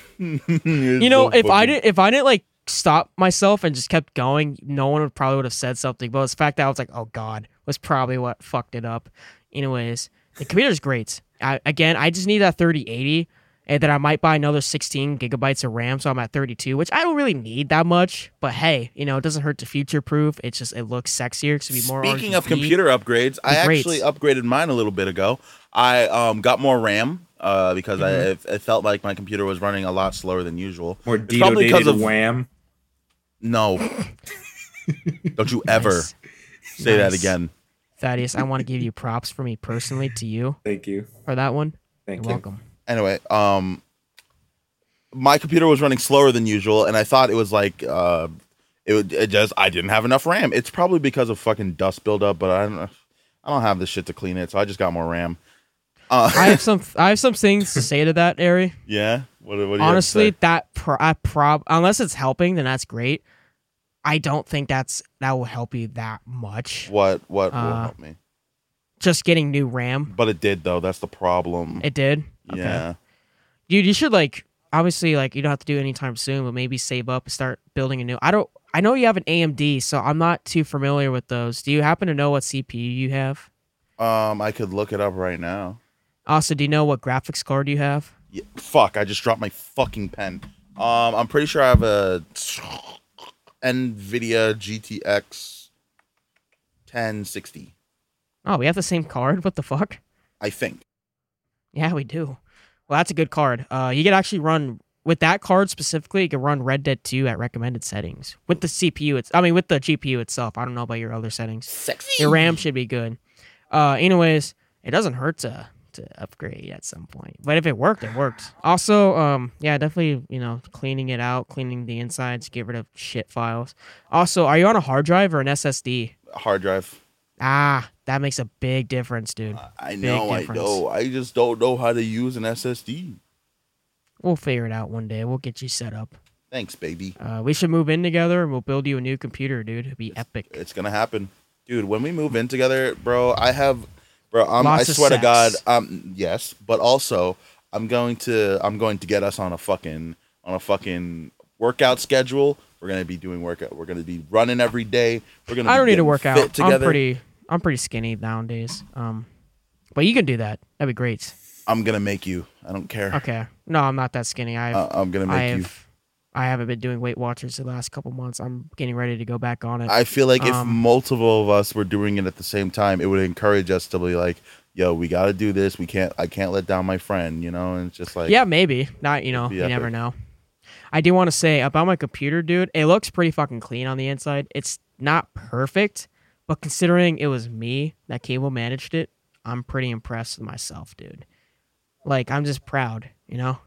You know, if I didn't if I didn't like stop myself and just kept going, no one would probably would have said something. But it's the fact that I was like, oh god, was probably what fucked it up. Anyways, the computer's great. I, again, I just need that 3080, and then I might buy another 16 gigabytes of RAM, so I'm at 32, which I don't really need that much. But hey, you know, it doesn't hurt to future proof. It's just it looks sexier because be more. Speaking of RGB. computer upgrades, I Great. actually upgraded mine a little bit ago. I um got more RAM uh, because I Mm-hmm. it, it felt like my computer was running a lot slower than usual. Or It's probably Dito 'cause dated of- Wham. No, don't you ever Nice. say that Nice. again. Thaddeus, I want to give you props for me personally to you Thank you. for that one. Thank You're you. welcome. anyway, um, my computer was running slower than usual, and I thought it was like, uh, it, would- it just I didn't have enough RAM. It's probably because of fucking dust buildup, but I don't, know. I don't have this shit to clean it, so I just got more RAM. Uh, *laughs* I have some I have some things to say to that, Ari. *laughs* yeah. What, what do you honestly honestly? that pro- I prob unless it's helping then that's great i don't think that's that will help you that much What what will Uh, help me? just getting new ram But it did though. That's the problem. it did okay Yeah. dude you should like obviously like you don't have to do it anytime soon but maybe save up and start building a new i don't i know you have an amd so i'm not too familiar with those do you happen to know what cpu you have Um, I could look it up right now. also do you know what graphics card you have Yeah, fuck! I just dropped my fucking pen. Um, I'm pretty sure I have a NVIDIA GTX 1060. oh we have the same card *laughs* what the fuck I think. Yeah, we do. Well, that's a good card. Uh, you could actually run with that card specifically. You could run Red Dead Two at recommended settings with the CPU. It's I mean with the GPU itself. I don't know about your other settings. Sexy. Your RAM should be good. Uh, anyways, it doesn't hurt to to upgrade at some point. But if it worked, it worked. Also, um, yeah, definitely you know cleaning it out, cleaning the insides, get rid of shit files. Also, are you on a hard drive or an SSD? Hard drive. Ah, that makes a big difference, dude. I know, I difference. know. I just don't know how to use an SSD. We'll figure it out one day. We'll get you set up. Thanks, baby. Uh, we should move in together and we'll build you a new computer, dude. It'd be epic. It's gonna happen, dude. When we move in together, bro, I have, bro. Um, I Lots of swear to sex. God, um, yes, but also I'm going to, I'm going to get us on a fucking, on a fucking workout schedule. We're gonna be doing workout. We're gonna be running every day. We're gonna. I be don't need to getting work fit out. I'm together. pretty I'm pretty skinny nowadays. Um but you can do that. That'd be great. I'm gonna make you. I don't care. Okay. No, I'm not that skinny. I've I- I'm gonna Uh, make you. I've I haven't been doing Weight Watchers the last couple months. I'm getting ready to go back on it. I feel like if Um, multiple of us were doing it at the same time, it would encourage us to be like, "Yo, we got to do this. We can't. I can't let down my friend." You know, and it's just like, yeah, maybe. Not you know, be you never epic. know. I do want to say about my computer, dude, it looks pretty fucking clean on the inside. It's not perfect, but considering it was me that cable managed it, I'm pretty impressed with myself, dude. Like I'm just proud, you know?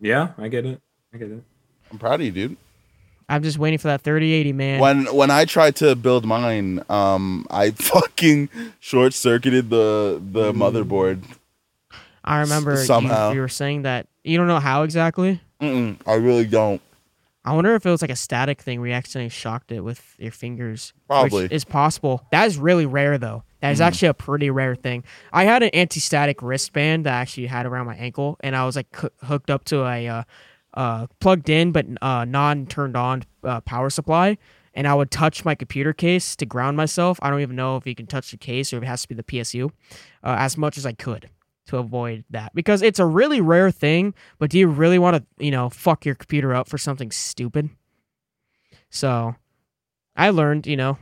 Yeah, I get it. I get it. I'm proud of you, dude. I'm just waiting for that 3080, man. When when I tried to build mine, um, I *laughs* fucking short circuited the the Mm. motherboard. I remember you- somehow. You, were saying that you don't know how exactly. Mm-mm, I really don't. I wonder if it was like a static thing where you accidentally shocked it with your fingers. which Probably. is possible. That is really rare though. That is actually a pretty rare thing. I had an anti-static wristband that I actually had around my ankle, and I was like coo- hooked up to a uh, uh, plugged in but uh, non-turned on uh, power supply. And I would touch my computer case to ground myself. I don't even know if you can touch the case or if it has to be the PSU, uh, as much as I could to avoid that because it's a really rare thing. But do you really want to, you know, fuck your computer up for something stupid? So, I learned, you know,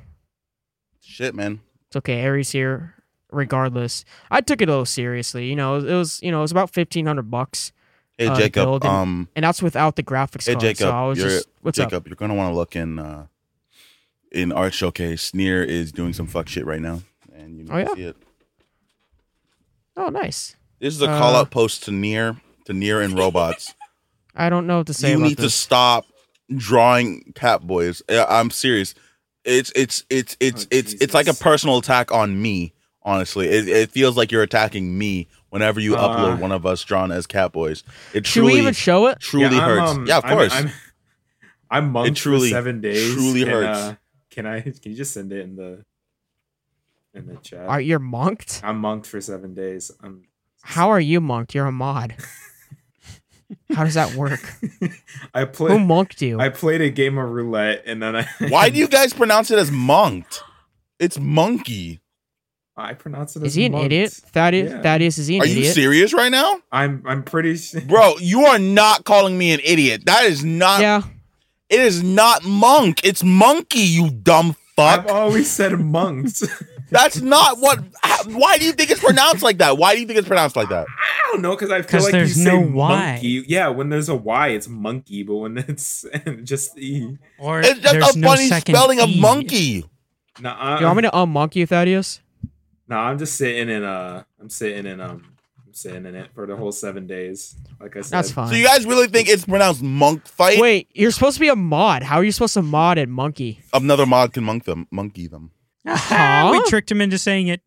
Shit, man. it's okay. Aries here, regardless. I took it a little seriously. You know, it was you know it was about fifteen hundred bucks, Hey Uh, Jacob. build and- um, and that's without the graphics hey card. Jacob. so I was you're, just what's Jacob, up? you're gonna want to look in uh, in art showcase. Sneer is doing some fuck shit right now, and you need Oh, to yeah? see it. Oh, nice. This is a Uh, call out post to Near to Near and robots. I don't know what to say you about need to this. stop drawing cat boys. I- I'm serious. It's it's it's it's Oh, it's it's like a Jesus. personal attack on me. Honestly, it, it feels like you're attacking me whenever you Uh. upload one of us drawn as cat boys. It Should we truly even show it? truly Yeah, I'm, hurts. um, yeah, of I'm- course. *laughs* I'm, *laughs* I'm, i It truly- for seven days. truly and, hurts. uh, can I? *laughs* Can you just send it in the in the chat? Are you're monked? I'm monked for seven days. I'm *laughs* How are you monked? You're a mod. How does that *laughs* work? I Who play. monked you? I played a game of roulette, and then I. *laughs* Why do you guys pronounce it as monked? It's monkey. I pronounce it. Is as he an monked. idiot? Thaddeus, Yeah. Thaddeus, is he an Are you idiot? serious right now, I'm. I'm pretty. su- bro? You are not calling me an idiot. That is not. yeah, It is not monk. It's monkey. You dumb fuck. I've always *laughs* said monks. *laughs* That's not what. how- Why do you think it's pronounced like that? Why do you think it's pronounced like that? I don't know because I feel 'Cause like there's you say no Y. monkey. Yeah, when there's a Y, it's monkey, but when *laughs* it's just e. Or It's just there's a no funny second spelling of E. *laughs* monkey. Nah, you want me to unmonk you, Thaddeus? No, I'm just sitting in uh I'm sitting in um I'm sitting in it for the whole seven days. Like I said. That's *laughs* fine. So you guys really think it's pronounced monk fight? Wait, you're supposed to be a mod. How are you supposed to mod at monkey? Another mod can monk them, monkey them. Ah, we Huh? tricked him into saying it.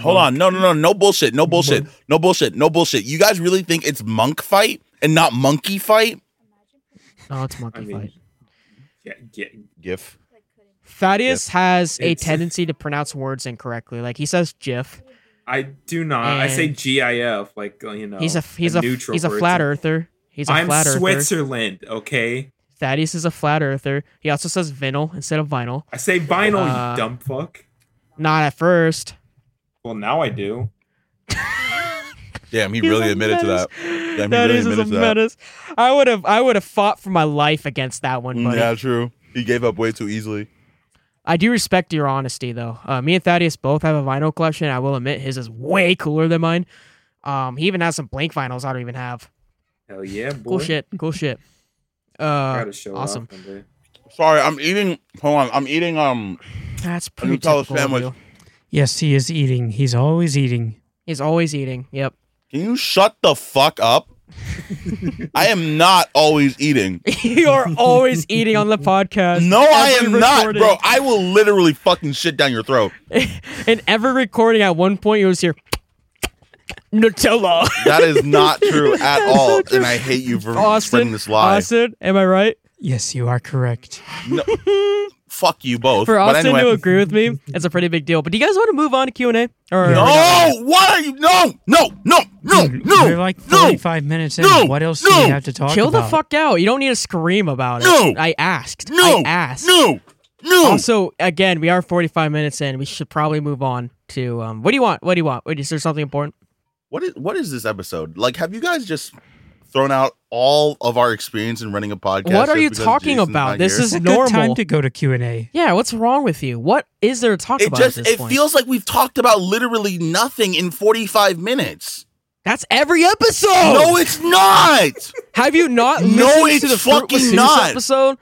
Hold on, no, no, no, no bullshit, no bullshit, no bullshit, no bullshit. You guys really think it's monk fight and not monkey fight? No, *laughs* it's monkey I mean, fight. Yeah, yeah. Gif. Thaddeus has a It's- tendency to pronounce words incorrectly. Like he says "jiff." I do not. I say GIF like uh, Oh, you know. he's a he's a, neutral he's a word. flat earther. He's a I'm flat earther. Switzerland, okay? Thaddeus is a flat earther. He also says vinyl instead of vinyl. I say vinyl, Uh, you dumb fuck. Not at first. Well, now I do. Damn, he really He's a admitted to that. menace. he really Thaddeus is a admitted to that. menace. I would have I would have fought for my life against that one, buddy. Mm, Yeah, true. He gave up way too easily. I do respect your honesty, though. Uh, me and Thaddeus both have a vinyl collection. I will admit his is way cooler than mine. Um, he even has some blank vinyls I don't even have. Hell yeah, boy. Cool shit. Cool *laughs* shit. Uh, Gotta show awesome. off one day. Sorry, I'm eating. Hold on, I'm eating. Um, That's pretty Nutella typical of sandwich. you. Yes, he is eating. He's always eating. He's always eating. Yep. *laughs* can you shut the fuck *laughs* up? I am not always eating. you are always *laughs* eating on the podcast. No, I Every am not, recording. bro. I will literally fucking shit down your throat. In every recording, at one point, you was here. *laughs* Nutella. That is not *laughs* true at all, true. and I hate you for Austin. *laughs* spreading this lie. Austin, am I right? Yes, you are correct. Fuck you both. For But Austin anyway- to agree with *laughs* me, it's a pretty big deal. But do you guys want to move on to Q and A? Or No. or not really? *laughs* No, what are you? No, no, no, no, We're no, like no. 45 minutes in. No! what else do No! we have to talk Chill about? the fuck out. You don't need to scream about it. No. I asked. No. I asked. No, no. Also, again, we are 45 minutes in. We should probably move on to um, what do you want? What do you want? Wait, is there something important? What is what is this episode? Like, have you guys just thrown out all of our experience in running a podcast? what are just you because talking Jason's about? not This here? is It's a normal. good time to go to Q&A. yeah, what's wrong with you? What is there to talk It about just at this it point? feels like we've talked about literally nothing in 45 minutes. That's every episode. No, it's not. Have you not No, listened it's to the Fruit with fucking Zeus not. episode?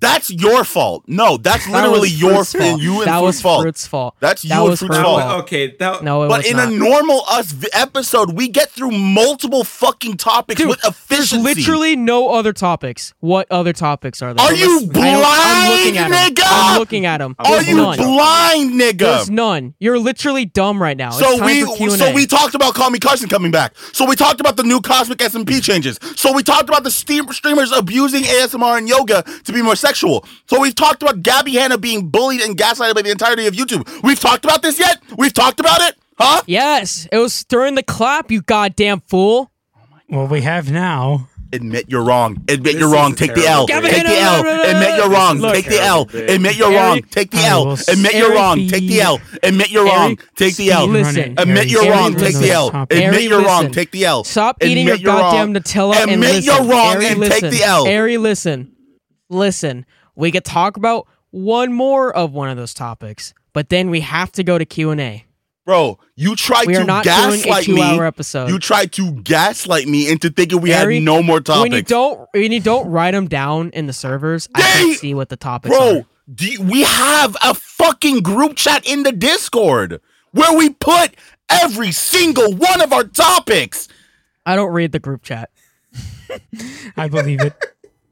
That's your fault. No, that's That literally was your Fruit's fa- and you and that was Fruit's fault. Fruit's fault. That's that you and was Fruit's her That fault. wa- Oh, okay, that No, it but was in not. a normal us v- episode, we get through multiple fucking topics Dude, with There's efficiency. literally no other topics. What other topics are there? Are you I don't- I'm looking blind, at 'em. nigga? I'm looking at them. are you none. blind, There's nigga? none. You're literally dumb right now. it's So time we for Q&A. so we talked about Call Me Carson coming back. So we talked about the new cosmic SMP changes. So we talked about the steam streamers abusing ASMR and yoga to be more sexual. So we've talked about Gabby Hanna being bullied and gaslighted by the entirety of YouTube. We've talked about this yet? We've talked about it? Huh? Yes, it was during the clap, you goddamn fool. Well, we have now. Admit you're wrong. Admit This you're wrong. is Take the terrible. L. Gavin, Take no, the no, no, L. no, no, Admit you're no. wrong. Look, Take the L. Gavin. Admit you're wrong. Eric- Take the I L. will Admit you're Eric wrong. be- Take the L. Admit you're wrong. Eric, Take the L. listen. Admit you're Eric, wrong. Take listen. the L. Admit Eric, you're wrong. listen. Take the L. Stop eating your Admit you're wrong. goddamn Nutella and Admit listen. you're wrong Ari, and listen. take the L. Ari, listen. Listen. We could talk about one more of one of those topics, but then we have to go to Q&A. Bro, you tried We are to not doing a gaslight two-hour me. episode. You tried to gaslight me into thinking we had Eric, no more When you topics. don't when you don't write them down in the servers, I Dang! can see what the topics Bro, are. do you- we have a fucking group chat in the Discord where we put every single one of our topics. I don't read the group chat. I believe it.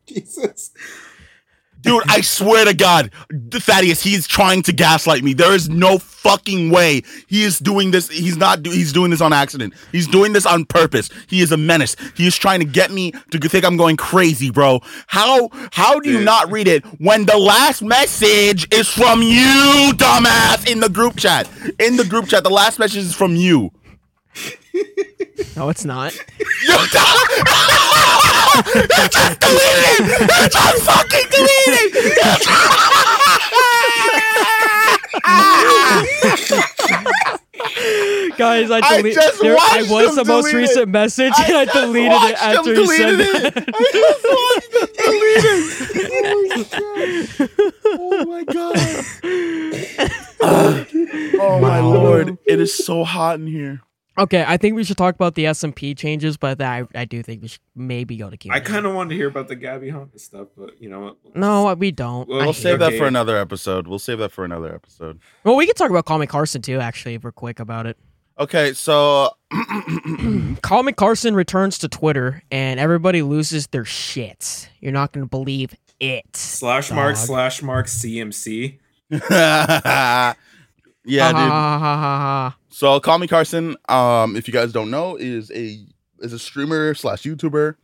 Jesus. Dude, I swear to God, Thaddeus, he's trying to gaslight me. There is no fucking way he is doing this. He's not. Do, he's doing this on accident. He's doing this on purpose. He is a menace. He is trying to get me to think I'm going crazy, bro. How how do you not read it when the last message is from you, dumbass, in the group chat? In the group chat, the last message is from you. No, it's not. You just deleted it! You just fucking deleted it! You just- Guys, I I deleted. just there, I watched was him the most delete it. recent message, and I just deleted watched it him after he said deleted that. it. I just watched him delete it. Oh my god. Oh my Wow. lord. It is so hot in here. Okay, I think we should talk about the S and P changes, but I, I do think we should maybe go to Q. I kind of wanted to hear about the Gabby Honda stuff, but you know what? no, uh, we don't. Well, I we'll hate save it. that for another episode. We'll save that for another episode. Well, we can talk about Call Me Carson too. Actually, if we're quick about it, Okay, so *laughs* Call Me Carson returns to Twitter, and everybody loses their shit. You're not gonna believe it. Slash mark, Dog. slash mark, CMC. yeah, Ha, dude. ha, ha, ha, ha, ha. So Call Me Carson, um, if you guys don't know, is a is a streamer slash YouTuber.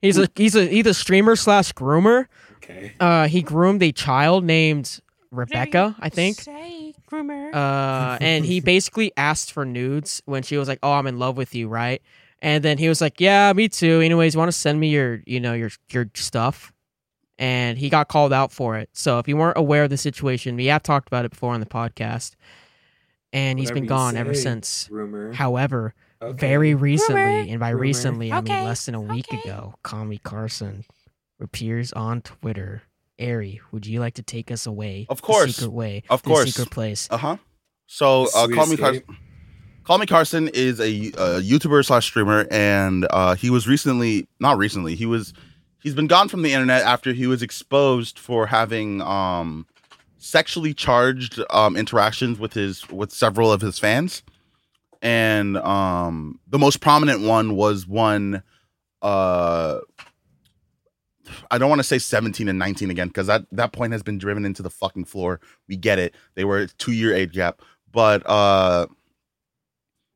He's a he's a he's a streamer slash groomer. Okay. Uh, he groomed a child named Rebecca, *laughs* I think. Say, groomer. uh, and he basically asked for nudes when she was like, "Oh, I'm in love with you," right? And then he was like, "Yeah, me too." Anyways, want to send me your, you know, your your stuff? And he got called out for it. So if you weren't aware of the situation, we have talked about it before on the podcast, and he's Whatever been you gone ever say, since. Rumor. Hohowever, Okay. very recently, Rumor. and by Rumor. recently I mean Okay, less than a week okay. ago, Kami Carson appears on Twitter. Ari, would you like to take us away? Of the course. secret way, Of the course. secret place. Uh huh. So uh, Sweet Call Me Carson. escape. Call Me Carson is a, uh YouTuber slash streamer, and uh, he was recently not recently he was he's been gone from the internet after he was exposed for having um, sexually charged um, interactions with his with several of his fans, and um, the most prominent one was one. Uh, I don't want to say 17 and 19 again because that, that point has been driven into the fucking floor. We get it. They were a two year age gap. But uh,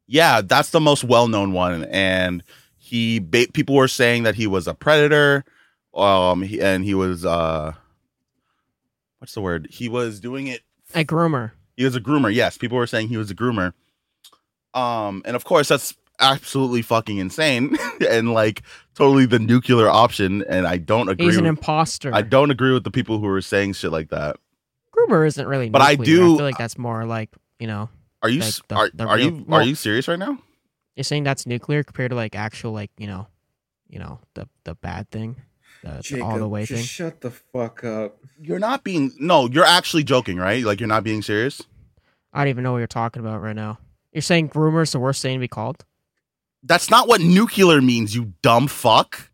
yeah, that's the most well known one, and he ba- people were saying that he was a predator, um, he, and he was uh, what's the word? He was doing it. A groomer. He was a groomer. Yes, people were saying he was a groomer. Um, and of course that's absolutely fucking insane, *laughs* and like totally the nuclear option. And I don't agree. He's an with, imposter. I don't agree with the people who are saying shit like that. Groomer isn't really. But I nuclear. do- feel like that's more like you know Are you Like s the- are, the are real- you are well- you serious right now? you're saying that's nuclear compared to like actual like you know, you know the the bad thing, the, the all the Jacob, way just thing. Shut the fuck up. You're not being no. You're actually joking, right? Like you're not being serious. I don't even know what you're talking about right now. You're saying groomer is the worst thing to be called. That's not what nuclear means, you dumb fuck.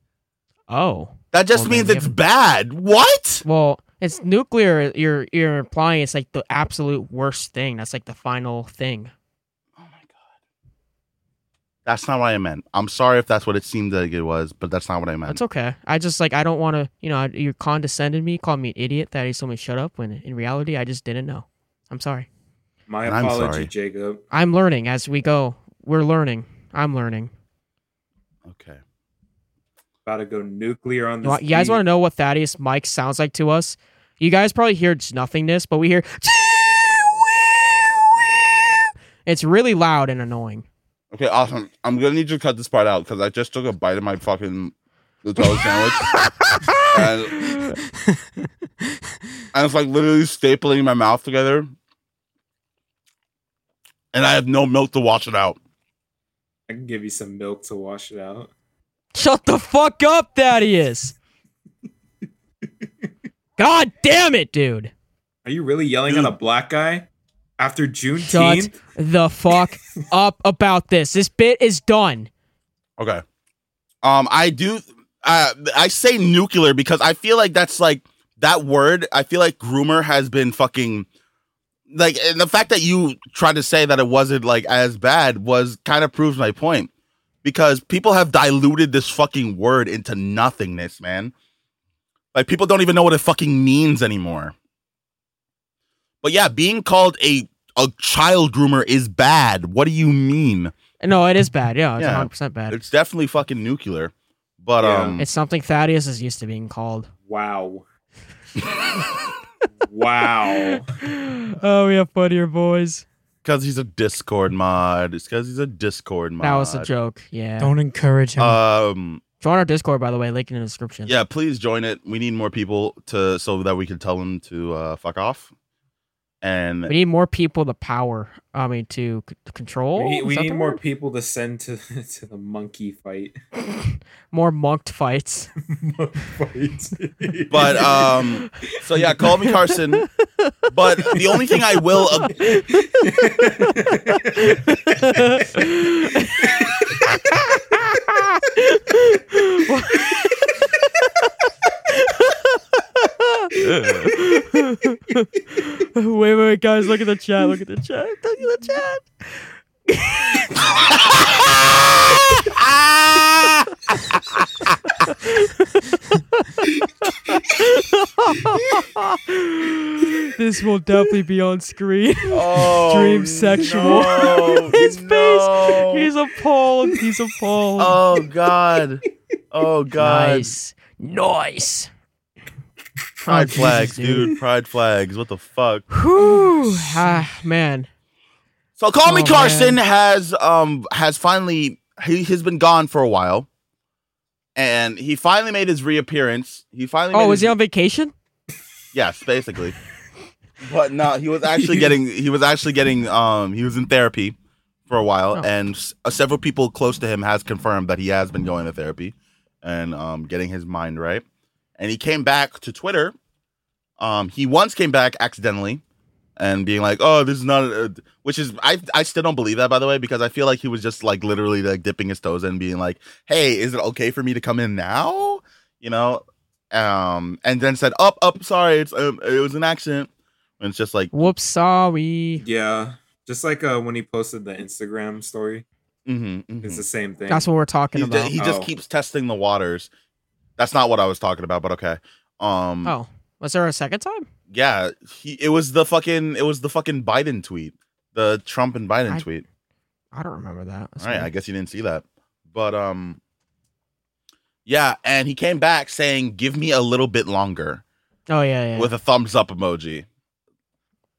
Oh, That just Well, then means we it's haven't- bad. What? Oh. well, It's nuclear. You're you're implying it's like the absolute worst thing. That's like the final thing. Oh my god. That's not what I meant. I'm sorry if that's what it seemed like it was, but that's not what I meant. That's okay. I just like I don't want to. You know, you condescended me, called me an idiot. That he told me shut up. When in reality, I just didn't know. I'm sorry. My And I'm apology, sorry. Jacob. I'm learning as we go. We're learning. I'm learning. okay. About to go nuclear on You, this. want- you guys beat. want to know what Thaddeus Mike sounds like to us? You guys probably hear just nothingness, but we hear. *laughs* It's really loud and annoying. *laughs* Okay, awesome. I'm gonna need you to cut this part out because I just took a bite of my fucking Nutella sandwich. and, and it's like literally stapling my mouth together. And I have no milk to wash it out. I can give you some milk to wash it out. Shut the fuck up, *laughs* Thaddeus. God damn it, dude. Are you really yelling at a black guy after Shut Juneteenth? the fuck *laughs* up about this. This bit is done. Okay. Um, I do. Uh, I say nuclear because I feel like that's like that word. I feel like groomer has been fucking like, and the fact that you tried to say that it wasn't like as bad was kind of proves my point because people have diluted this fucking word into nothingness, man. Like people don't even know what it fucking means anymore. But yeah, being called a a child groomer is bad. What do you mean? No, it is bad. Yeah, it's Yeah. 100% bad. It's, It's definitely fucking nuclear. But Yeah. um something Thaddeus is used to being called. *laughs* Wow. wow. oh, we have funnier boys. because he's a Discord mod. It's because he's a Discord mod. That was a joke. Yeah. *laughs* Don't encourage him. Um Join our Discord, by the way. Link in the description. yeah, please join it. We need more people to so that we can tell them to uh fuck off. And We *laughs* need more people to power. I mean, to c- to control. we Oh, Is we that need the more word? people to send to *laughs* to the monkey fight. more monked fights. *laughs* *laughs* Monkey fight. but uh, um so yeah, call me Carson. but the only thing I will *laughs* ag- *laughs* wait, wait, wait, guys, look at the chat. Look at the chat. *laughs* Look at the chat. *laughs* this will definitely be on screen. *laughs* oh, Dream sexual. *laughs* no, His face. no. He's appalled. He's appalled. Oh god. Oh god. Nice. Nice. Pride Jesus, flags, dude. *laughs* dude. Pride flags. What the fuck? Whew. *sighs* Ah, man. So Call Me Oh, Carson has um has finally he has been gone for a while, and he finally made his reappearance. He finally made Oh, was his, he on vacation? yes, *laughs* basically. but no, he was actually getting he was actually getting um he was in therapy for a while, Oh. and s- uh, several people close to him has confirmed that he has been going to therapy and um getting his mind right, and he came back to Twitter. Um, he once came back accidentally, and being like, "Oh, this is not," a, which is I I still don't believe that by the way because I feel like he was just like literally like dipping his toes in, being like, "Hey, is it okay for me to come in now?" You know, um, and then said, "Up, up, sorry, it's um, it was an accident," and it's just like, Whoops, sorry. yeah. Just like uh, when he posted the Instagram story, mm-hmm, it's the same thing. That's what we're talking He, ju- about. he just Oh. keeps testing the waters. That's not what I was talking about, but okay. Um, Oh, was there a second time? yeah, he, it was the fucking it was the fucking Biden tweet, the Trump and Biden I- tweet. I don't remember that. That's All right, I weird. guess you didn't see that. But um yeah, and he came back saying, "Give me a little bit longer." oh yeah, yeah. with a thumbs up emoji.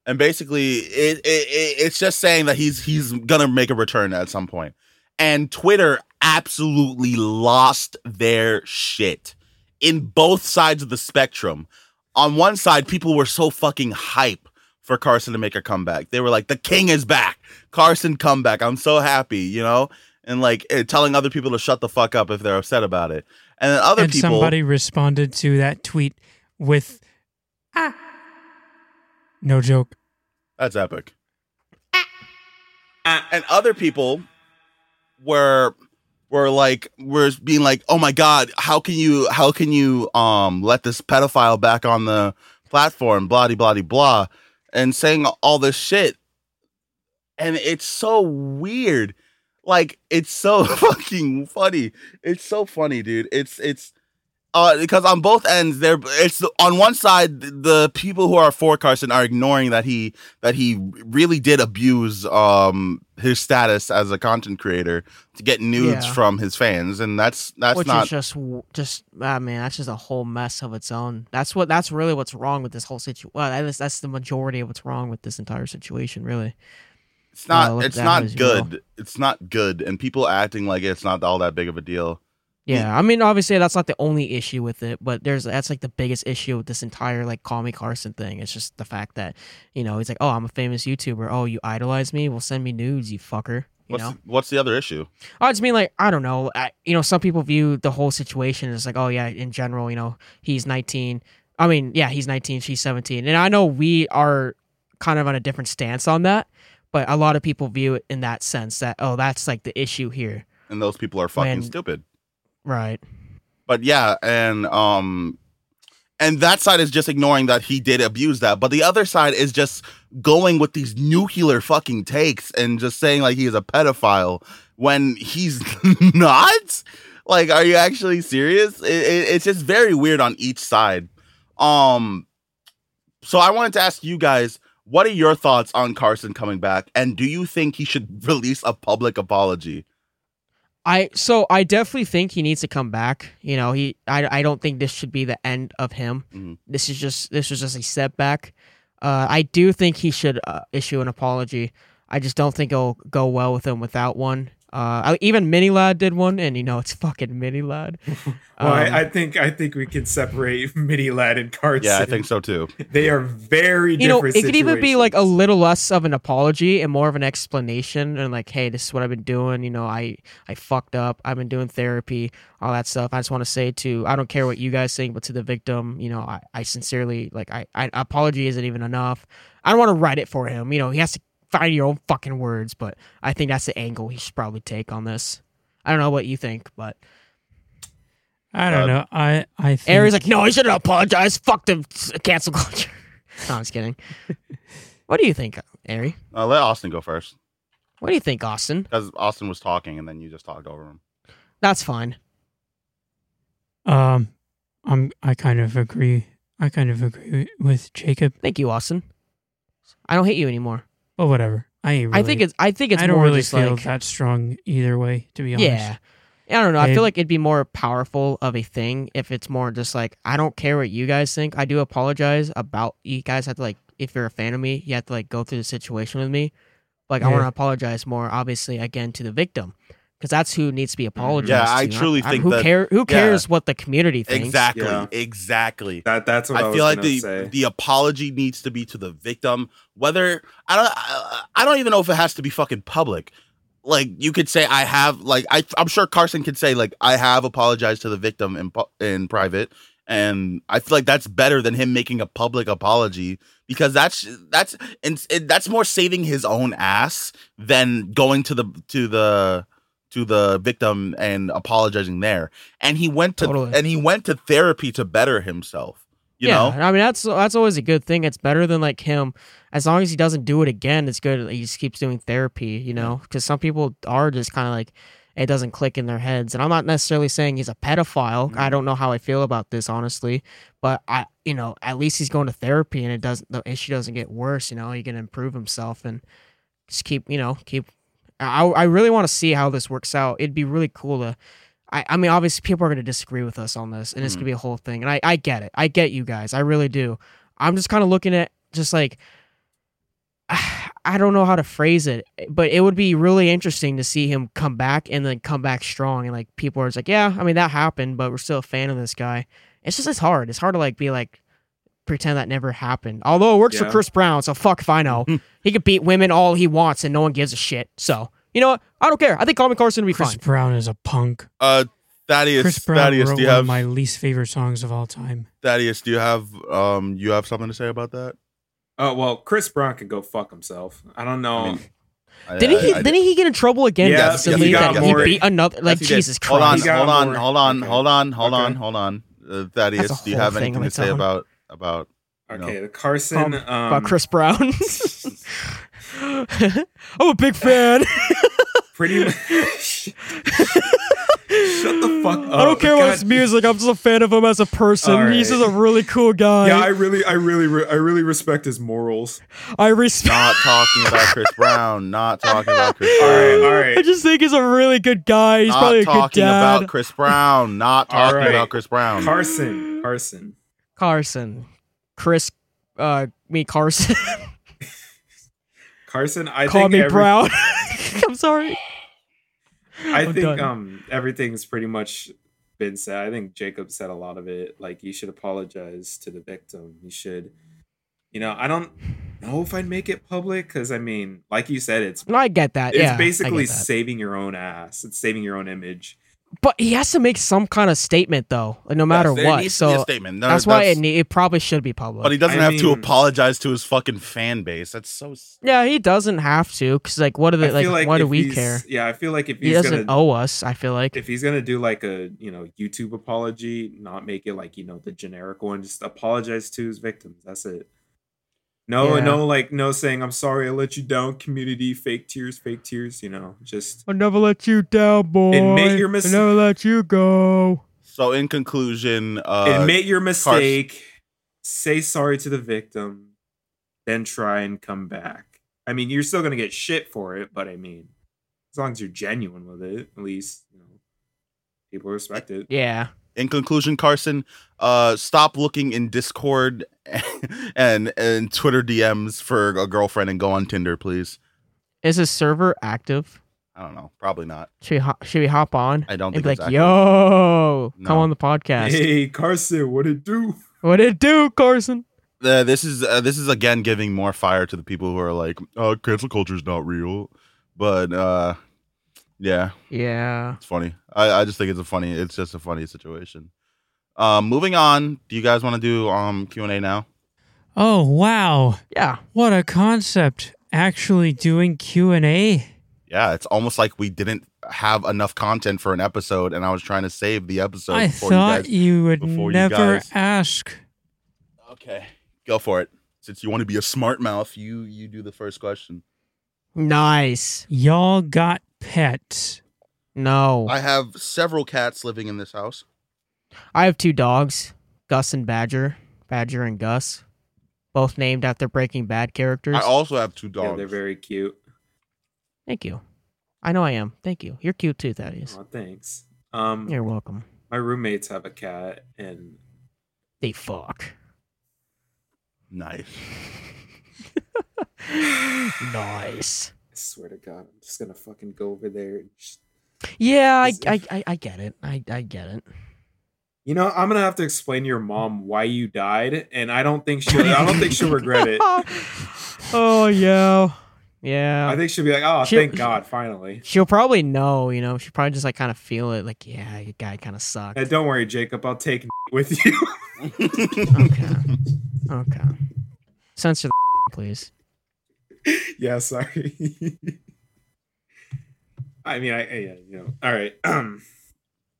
And basically, it, it, it it's just saying that he's he's gonna make a return at some point. And Twitter absolutely lost their shit in both sides of the spectrum. On one side, people were so fucking hype for Carson to make a comeback. They were like, "The king is back, Carson comeback. I'm so happy," you know, and like eh, telling other people to shut the fuck up if they're upset about it. And then other and people, somebody responded to that tweet with, ah, no joke. That's epic. Uh, And other people were were like were being like, "Oh my god, how can you how can you um let this pedophile back on the platform, blah de blah de blah, and saying all this shit. And it's so weird. Like it's so *laughs* fucking funny. It's so funny, dude. It's it's uh because on both ends there it's on one side th- the people who are for Carson are ignoring that he that he really did abuse um his status as a content creator to get nudes Yeah. from his fans and that's that's which not is just w- just I mean that's just a whole mess of its own. That's what that's really what's wrong with this whole situation. Well, that is, that's the majority of what's wrong with this entire situation, really. it's not look it's that not as you will. good it's not good and people acting like it's not all that big of a deal Yeah, I mean obviously that's not the only issue with it, but there's that's like the biggest issue with this entire like call me Carson thing. It's just the fact that you know he's like, oh, I'm a famous YouTuber. Oh, you idolize me? Well, send me nudes, you fucker. You what's know. what's the other issue I just mean Oh, like I don't know. I, you know, some people view the whole situation as like, oh yeah, in general, you know, he's 19. I mean, yeah, he's 19, she's 17, and I know we are kind of on a different stance on that, but a lot of people view it in that sense that oh, that's like the issue here, and those people are fucking When- stupid right? but yeah and um and that side is just ignoring that he did abuse that but the other side is just going with these nuclear fucking takes and just saying like he is a pedophile when he's *laughs* not like are you actually serious it, it, it's just very weird on each side um so i wanted to ask you guys what are your thoughts on carson coming back and do you think he should *laughs* release a public apology I so I definitely think he needs to come back. You know, he I I don't think this should be the end of him. Mm-hmm. Mhm. This is just this was just a setback. Uh, I do think he should uh, issue an apology. I just don't think it'll go well with him without one. Uh, I, even Mini Lad did one, and you know it's fucking Mini Lad. *laughs* Well, Um, Oh, I, I think I think we can separate *laughs* Midi Lad and Carson. yeah i think so too *laughs* They are very you know, it different. could even be like a situations. little less of an apology and more of an explanation and like, hey, this is what I've been doing. You know, I I fucked up. I've been doing therapy, all that stuff. I just want to say to I don't care what you guys think, but to the victim, you know, I, I sincerely like I, I apology isn't even enough. I don't want to write it for him. You know, he has to find your own fucking words, but I think that's the angle he should probably take on this. I don't know what you think, but I don't Uh, know. I I think Aries like, no, he shouldn't apologize. Fuck the cancel culture. *laughs* no, I'm just kidding. what do you think, Ari? uh, let austin go first What do you think, Austin? Because Austin was talking and then you just talked over him. That's fine. um I'm I kind of agree. I kind of agree with Jacob, Thank you, Austin. I don't hate you anymore. but whatever. I ain't really, I think it's. I think it's I don't more really just feel like that strong either way, to be honest. yeah. I don't know. I Hey. feel like it'd be more powerful of a thing if it's more just like I don't care what you guys think. I do apologize about you guys have to like if you're a fan of me, you have to like go through the situation with me. Like I Yeah. want to apologize more, obviously, again to the victim, because that's who needs to be apologized. Yeah, I to. truly think who that- care who cares what the community thinks. Exactly. Yeah. Exactly. that. That's what I, I was feel like gonna the say. the apology needs to be to the victim. Whether I don't I, I don't even know if it has to be fucking public. Like you could say I have like I I'm sure Carson could say like I have apologized to the victim in pu- in private and I feel like that's better than him making a public apology because that's that's and, and that's more saving his own ass than going to the to the to the victim and apologizing there. And he went to Totally. and he went to therapy to better himself. You yeah, know? I mean that's that's always a good thing. It's better than like him. As long as he doesn't do it again, it's good. He just keeps doing therapy, you know, because some people are just kind of like it doesn't click in their heads. And I'm not necessarily saying he's a pedophile. Mm-hmm. I don't know how I feel about this honestly, but I, you know, at least he's going to therapy and it doesn't the issue doesn't get worse. You know, he can improve himself and just keep, you know, keep. I I really want to see how this works out. It'd be really cool to I, I mean, obviously, people are going to disagree with us on this, and it's going to be a whole thing. And I, I get it. I get you guys. I really do. I'm just kind of looking at just like, *sighs* I don't know how to phrase it, but it would be really interesting to see him come back and then come back strong. And like, people are just like, yeah, I mean, that happened, but we're still a fan of this guy. It's just, it's hard. It's hard to like be like, pretend that never happened. Although it works for Yeah. Chris Brown, so fuck if I *laughs* know. he could beat women all he wants and no one gives a shit. So, you know what? I don't care. I think Call Me Carson would be Chris fine. Brown is a punk. Uh Thaddeus Chris Brown Thaddeus, wrote do you one have of my least favorite songs of all time. Thaddeus, do you have um you have something to say about that? Oh well, Chris Brown can go fuck himself. I don't know. I mean, I- Didn't I- he? I- didn't he get in trouble again? Yeah, Yes, yes, the he league got that more- he beat another. Like Yes, he did. Jesus Hold on, Christ! He got hold on, more. hold on, Okay. hold on, hold on, Okay. hold on. Uh, That's Thaddeus, a do you whole have thing anything on to its say own. about about Okay, the Carson. Um, about Chris Brown. *laughs* I'm a big *laughs* fan. Pretty *laughs* *laughs* much. Shut the fuck up. I don't care Uh, God. about his music. I'm just a fan of him as a person. All He's just a right. really cool guy. Yeah, I really, I really, re- I really respect his morals. I, respect. Not talking about Chris Brown. Not talking about Chris *laughs* All right, Brown. all I right. just think he's a really good guy. He's not probably a good talking dad. about Chris Brown. Not All talking right. about Chris Um, Brown. Carson, Carson. Carson, Chris, uh, me Carson. Carson, I Call think me every- Brown. *laughs* I'm sorry. I I'm think done. um everything's pretty much been said. I think Jacob said a lot of it. Like you should apologize to the victim. You should, you know, I don't know if I'd make it public because I mean, like you said, it's No, I get that. it's yeah, I get basically that. saving your own ass. It's saving your own image. But he has to make some kind of statement though, no matter Yes, there what. needs to be a So statement. No, that's why it, that's- ne- it probably should be public. But he doesn't I have to mean- apologize to his fucking fan base. That's so. s- yeah, he doesn't have to because like, what do I they like, feel like Why do if we he's- care? Yeah, I feel like if He he's doesn't gonna owe us. I feel like if he's gonna do like a you know YouTube apology, not make it like you know the generic one, just apologize to his victims. That's it. No, Yeah. no, like no saying I'm sorry, I let you down, community, fake tears, fake tears. You know, just I'll never let you down, boy. Admit your mis- I'll never let you go. So in conclusion, uh, admit your mistake, say sorry to the victim, then try and come back. I mean, you're still gonna get shit for it, but I mean, as long as you're genuine with it, at least you know people respect it. Yeah, in conclusion, Carson, uh, stop looking in Discord *laughs* and and Twitter DMs for a girlfriend and go on Tinder, please. is his server active? I don't know. Probably not. Should we hop, should we hop on? I don't and think be like, it's active. yo, come No. on the *laughs* podcast. Hey Carson, what it do? what it do, Carson? Uh, this is uh, this is again giving more fire to the people who are like, "Oh, cancel culture is not real," but uh, yeah, Yeah. it's funny. I, I just think it's a funny. It's just a funny situation. Um, moving on. Do you guys want to do um Q and A now? Oh wow, Yeah. what a concept! Actually, doing Q and A. Yeah, it's almost like we didn't have enough content for an episode, and I was trying to save the episode. I before thought you you, would before you never guys- ask. guys. Okay, go for it. Since you want to be a smart mouth, you you do the first question. Nice. Y'all got pets. No, I, I have several cats living in this house. have two dogs, Gus and Badger. Badger and Gus, both named after Breaking Bad characters. I also have two dogs. Yeah, they're very cute. Thank you. I know I am. Thank you. You're cute too, Thaddeus. Oh, thanks. Um, You're welcome. my roommates have a cat, and They fuck. *laughs* nice. nice. I swear to God, I'm just gonna fucking go over there. And just... Yeah, I, This- I, I, I get it. I, I get it. You know, I'm gonna have to explain to your mom why you died, and I don't think she, will I don't think she'll *laughs* regret it. oh yeah, yeah. I think she'll be like, "Oh, She'll- thank God, finally." She'll probably know. You know, she'll probably just like kind of feel it. Like, yeah, your guy kind of sucked. And Uh, don't worry, Jacob, I'll take with you. *laughs* Okay. okay. Censor the *laughs* please. yeah, sorry. *laughs* I mean, I, I- yeah, you know. All right. *clears throat*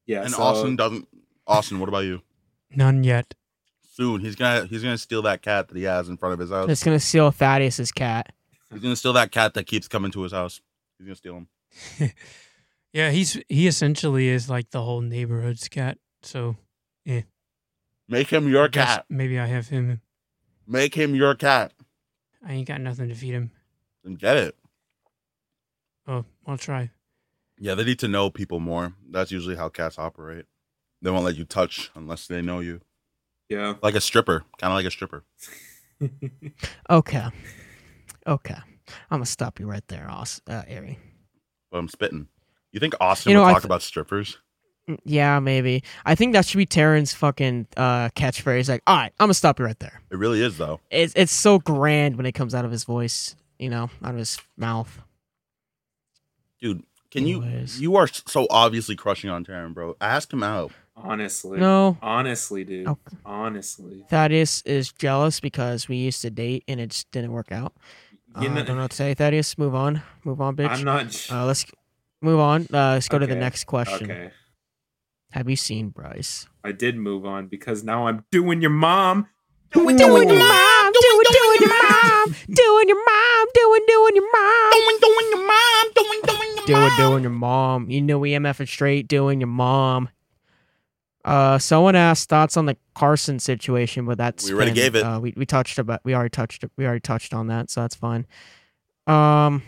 yeah. *laughs* and so- Austin doesn't. Austin, what about you? None yet. Soon he's gonna he's gonna steal that cat that he has in front of his house. It's gonna steal Thaddeus's cat. He's gonna steal that cat that keeps coming to his house. He's gonna steal him. Yeah, he's he essentially is like the whole neighborhood's cat. So Make him your guess cat. maybe I have him. Make him your cat I ain't got nothing to feed him. and get it. Oh, I'll try. Yeah, they need to know people more. That's usually how cats operate. They won't let you touch unless they know you. yeah. *laughs* Like a stripper, kind of like a stripper. Okay. Okay. I'm gonna stop you right there, Aus uh, Ari. But I'm spitting. You think Austin You know, would I talk th- about strippers? Mm, Yeah, maybe. I think that should be Taryn's fucking uh, catchphrase. Like, all right, I'm gonna stop you right there. It really is though. It's it's so grand when it comes out of his voice. You know, out of his mouth. Dude, can Anyways. you you are s- so obviously crushing on Taryn, bro. Ask him out. Honestly. No, Honestly, dude. Oh. Honestly. Thaddeus is jealous because we used to date and it just didn't work out. You Uh, know- I don't know what to say, Thaddeus. Move on. Move on, bitch. I'm not. Uh, let's move on. Uh, let's go to the Okay. next question. okay. Have you seen Bryce? Oh, I did move on because now I'm doing your mom. Doing, doing your mom, doing, doing your mom, doing your mom, doing, doing your mom. Doing, doing your mom. Doing, doing your Doing, mom. doing your mom. You know EMF and straight, doing your mom. Uh, someone asked thoughts on the Carson situation, but that's We already been- gave it. Uh, we we touched about we already touched we already touched on that, so that's fine. Um,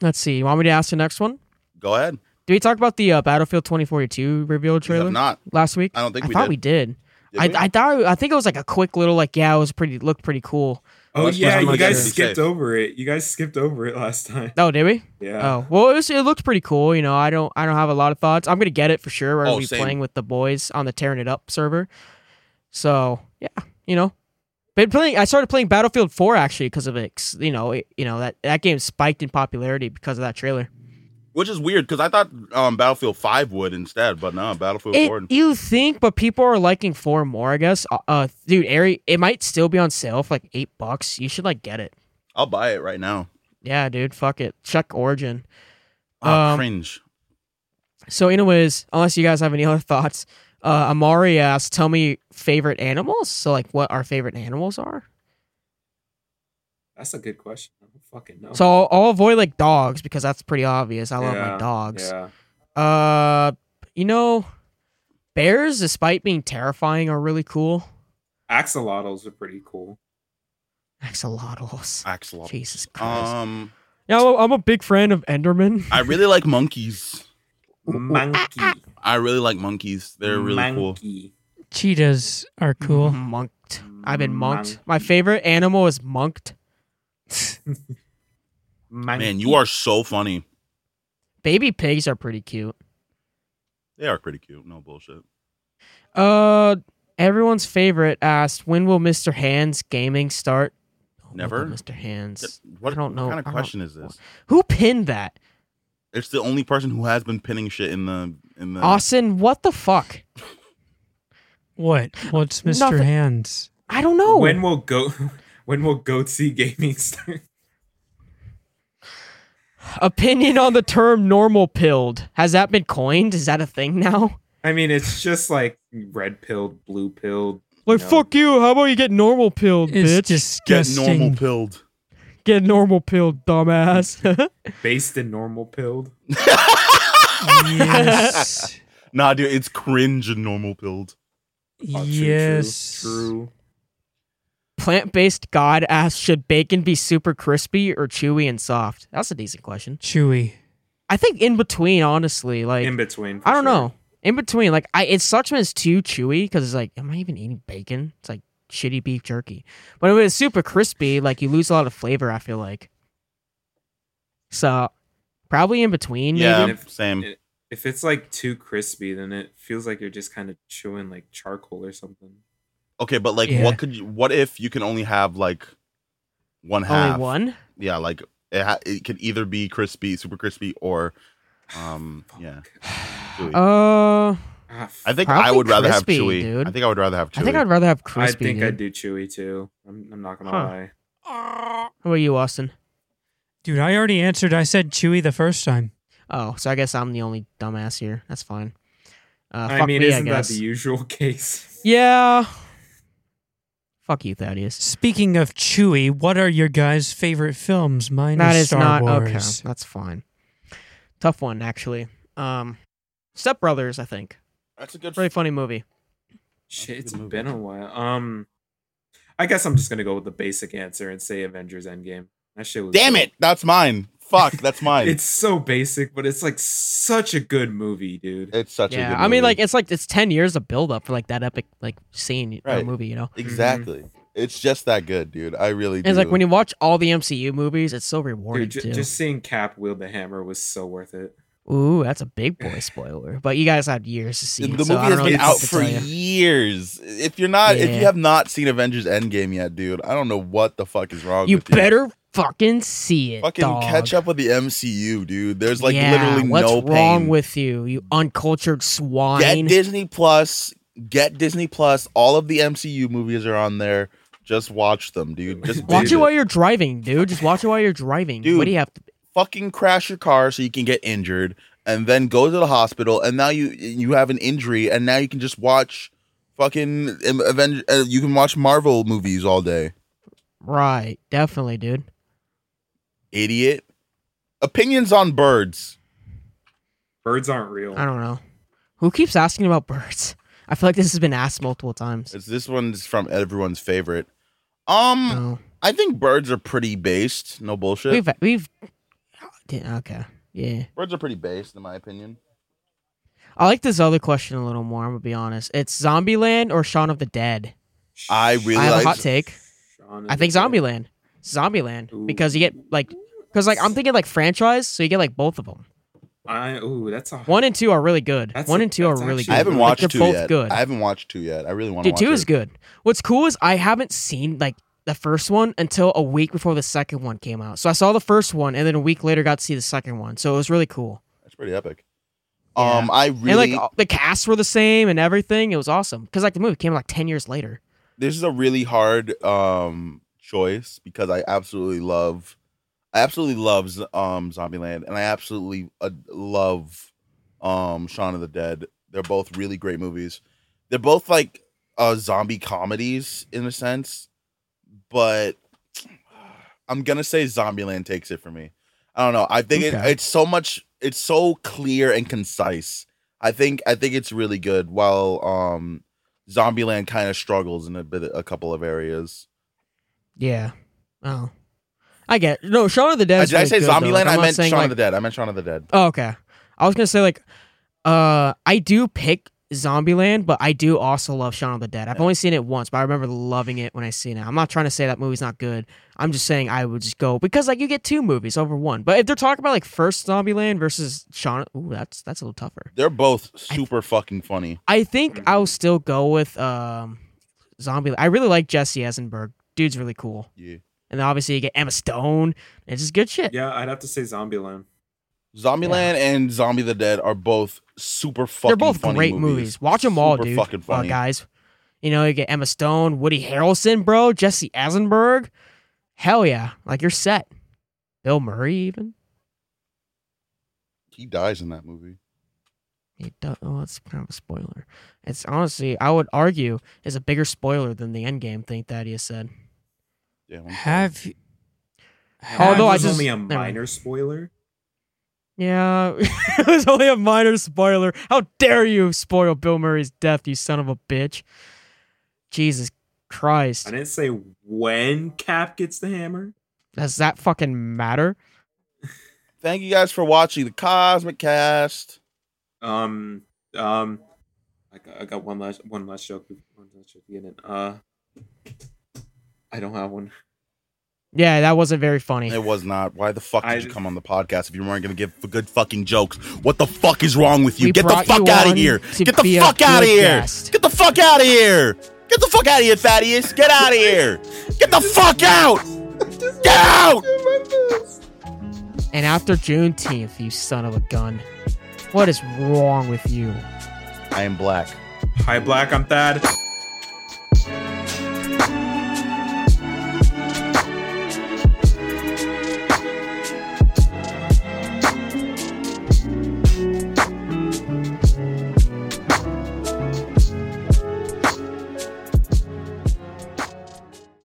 let's see. You want me to ask the next one? Go ahead. Did we talk about the uh, Battlefield 2042 reveal We trailer have not. last week? I don't think I we thought did. we did. Did I, we? I thought I think it was like a quick little like yeah it was pretty looked pretty cool. Oh Let's- yeah, let's you make guys sure. skipped Safe. over it. You guys skipped over it last time. *laughs* Oh, did we? Yeah. Oh well, it, was, it looked pretty cool. You know, I don't I don't have a lot of thoughts. I'm gonna get it for sure. We're gonna Oh, be same. playing with the boys on the tearing it up server. So yeah, you know, been playing. I started playing Battlefield 4 actually because of it. 'cause, You know, it, you know that that game spiked in popularity because of that trailer. Which is weird because I thought um, Battlefield Five would instead, but no, Battlefield Four. It, you think, but people are liking four more. I guess, Uh, uh, dude, Ari, it might still be on sale for like eight bucks. You should like get it. I'll buy it right now. Yeah, dude, fuck it. Check Origin. Oh, Um, cringe. So, anyways, unless you guys have any other thoughts, uh, Amari asked, "Tell me favorite animals." So, like, what our favorite animals are. That's a good question. I don't fucking know. So, I'll, I'll avoid like dogs because that's pretty obvious. I love my Yeah, dogs. yeah. Uh, you know, bears, despite being terrifying, are really cool. Axolotls are pretty cool. Axolotls. Axolotl. Jesus Christ. Um, yeah, I'm a- I'm a big fan of Enderman. I really like monkeys. Monkey. I really like monkeys. They're really cool. Monkey. Cheetahs are cool. Monked. I've been monked. Monkey. My favorite animal is monked. Monkey. Man, you are so funny. Baby pigs are pretty cute. They are pretty cute. No bullshit. Uh, everyone's favorite asked, "When will Mr. Hands Gaming start?" Oh, look Never. at Mr. Hands. What, I don't know. what kind I of don't- question is this? Who pinned that, It's the only person who has been pinning shit in the in Uh, the. Austin? What the fuck? What? What's Mr. Nothing. Hands? I don't know. When will go? *laughs* When will Goatsy Gaming *laughs* start? Opinion on the term "normal pilled" has that been coined? Is that a thing now? I mean, it's just like red pilled, blue pilled. Like No. fuck you. How about you get normal pilled, bitch? It's Get disgusting. normal pilled. get normal pilled, dumbass. *laughs* based in normal pilled. yes. Nah, dude, it's cringe and normal pilled. Oh, true, *laughs* yes. Oh, True. true. Plant-based god asks, "Should bacon be super crispy or chewy and soft?" That's a decent question. Chewy. I think in between, honestly. Like in between. for I don't sure. know. In between, like I, it sucks when it's too chewy because it's like, am I even eating bacon? It's like shitty beef jerky. But when it's super crispy, like you lose a lot of flavor. I feel like. So, probably in between. Yeah, maybe. If- same. it- If it's like too crispy, then it feels like you're just kind of chewing like charcoal or something. Okay, but like, Yeah. what could you? What if you can only have like one half? only one. Yeah, like it. Ha- it could either be crispy, super crispy, or um, yeah. chewy. Uh, Ah, I think probably I would rather crispy, have chewy. dude. I think I would rather have chewy. I think I'd rather have I crispy. think dude. I'd do chewy too. I'm, I'm not gonna Huh. lie. How about you, Austin? Dude, I already answered. I said chewy the first time. Oh, so I guess I'm the only dumbass here. That's fine. Uh, fuck I mean, me, isn't I that guess. the usual *laughs* case? yeah. Fuck you, Thaddeus. Speaking of chewy, what are your guys' favorite films? Mine That is, is Star not okay. Wars. That's fine. Tough one, actually. Um, Step Brothers, I think. That's a good. Really funny movie. Shit, That's it's a good movie. been a while. Um, I guess I'm just gonna go with the basic answer and say Avengers Endgame. That shit was. Damn dope. it! That's mine. Fuck, *laughs* that's mine. It's so basic, but it's like such a good movie, dude. It's such a. yeah, good I mean, movie. like it's like it's ten years of build up for like that epic like scene or Right. movie, you know. exactly. It's just that good, dude. I really. And Do. it's like when you watch all the MCU movies, it's so rewarding Dude, ju- too. just seeing Cap wield the hammer was so worth it. Ooh, that's a big boy spoiler. But you guys had years to see the it, movie so I has don't really been know out what to for tell you. years. If you're not, if Yeah. you have not seen Avengers Endgame yet, dude, I don't know what the fuck is wrong. You with you. better fucking see it. fucking dog. catch up with the MCU, dude. There's like yeah, literally what's no wrong pain. with you, you uncultured swine? get Disney Plus, get Disney Plus. All of the MCU movies are on there. Just watch them, dude. Just Watch binge it while you're driving, dude. Just watch it while you're driving. Dude. what do you have to? fucking crash your car so you can get injured, and then go to the hospital, and now you you have an injury, and now you can just watch Fucking Avenger. Uh, you can watch Marvel movies all day. Right. Definitely, dude. Idiot. Opinions on birds. Birds aren't real. I don't know. Who keeps asking about birds? *laughs* I feel like this has been asked multiple times. It's, this one's from everyone's favorite. Um, No. I think birds are pretty based. No bullshit. Uh. We've we've ah, okay. Yeah. birds are pretty based, in my opinion. I like this other question a little more, I'm gonna be honest. It's Zombieland or Shaun of the Dead? I really I have like. a hot take. Shaun of I the think Dead. Zombieland. Zombieland. Ooh. Because you get like because like I'm thinking like franchise, so you get like both of them. I ooh, that's a One and two are really good. That's One a- and two are that's really actually- good. I haven't Like, watched they're two both yet. Good. I haven't watched two yet. I really want to Dude, watch two is it. good. What's cool is I haven't seen like the first one until a week before the second one came out. So I saw the first one and then a week later got to see the second one. So it was really cool. That's pretty epic. Yeah. Um, I really And like all- the casts were the same and everything. It was awesome because like the movie came out, like ten years later. this is a really hard um choice because I absolutely love I absolutely love Z- um Zombieland and I absolutely uh, love um Shaun of the Dead. They're both really great movies. They're both like uh zombie comedies in a sense, but I'm going to say Zombieland takes it for me. I don't know. I think it, Okay. it's so much it's so clear and concise. I think I think it's really good while um Zombieland kind of struggles in a bit, a couple of areas. Yeah. Oh, I get it. no Shaun of the Dead. Uh, is did I really say good, though. Zombieland? Like, I'm I not meant saying, Shaun like, of the Dead. I meant Shaun of the Dead. Oh, okay. I was gonna say like, uh, I do pick Zombieland, but I do also love Shaun of the Dead. I've only seen it once, but I remember loving it when I seen it. I'm not trying to say that movie's not good. I'm just saying I would just go because like you get two movies over one. But if they're talking about like first Zombieland versus Shaun, ooh, that's that's a little tougher. They're both super fucking funny. I think Mhm. I'll still go with um, Zombie. I really like Jesse Eisenberg. Dude's really cool. Yeah. And then obviously you get Emma Stone. It's just good shit. Yeah, I'd have to say Zombieland. Zombieland and Zombie the Dead are both super fucking. They're both funny great movies. Watch them all, Super dude. Fucking Uh, funny. guys, you know you get Emma Stone, Woody Harrelson, bro, Jesse Eisenberg. Hell yeah, like you're set. Bill Murray even. he dies in that movie. It does, well, it's oh, kind of a spoiler. It's honestly, I would argue, is a bigger spoiler than the Endgame thing Thaddeus said. Damn. I'm sorry. Have, y- have Although That I was just- only a never mind. minor spoiler. Yeah, *laughs* it was only a minor spoiler. How dare you spoil Bill Murray's death, you son of a bitch! Jesus I Christ, didn't say when Cap gets the hammer. does that fucking matter? Thank you guys for watching the Cosmic Cast. Um, um, I got, I got one last one last joke. One last joke to get in. Uh, I don't have one. Yeah, that wasn't very funny. It was not. Why the fuck did I- you come on the podcast if you weren't going to give f- good fucking jokes? What the fuck is wrong with you? We Get the brought fuck you out of on here. to Get the be a fuck out good of here. guest. Get the fuck out of here. Get the fuck out of here, Thaddeus. Get out of here. Get the fuck *laughs* out. Get out. And after Juneteenth, you son of a gun. What is wrong with you? I am black. Hi, Black. I'm Thad.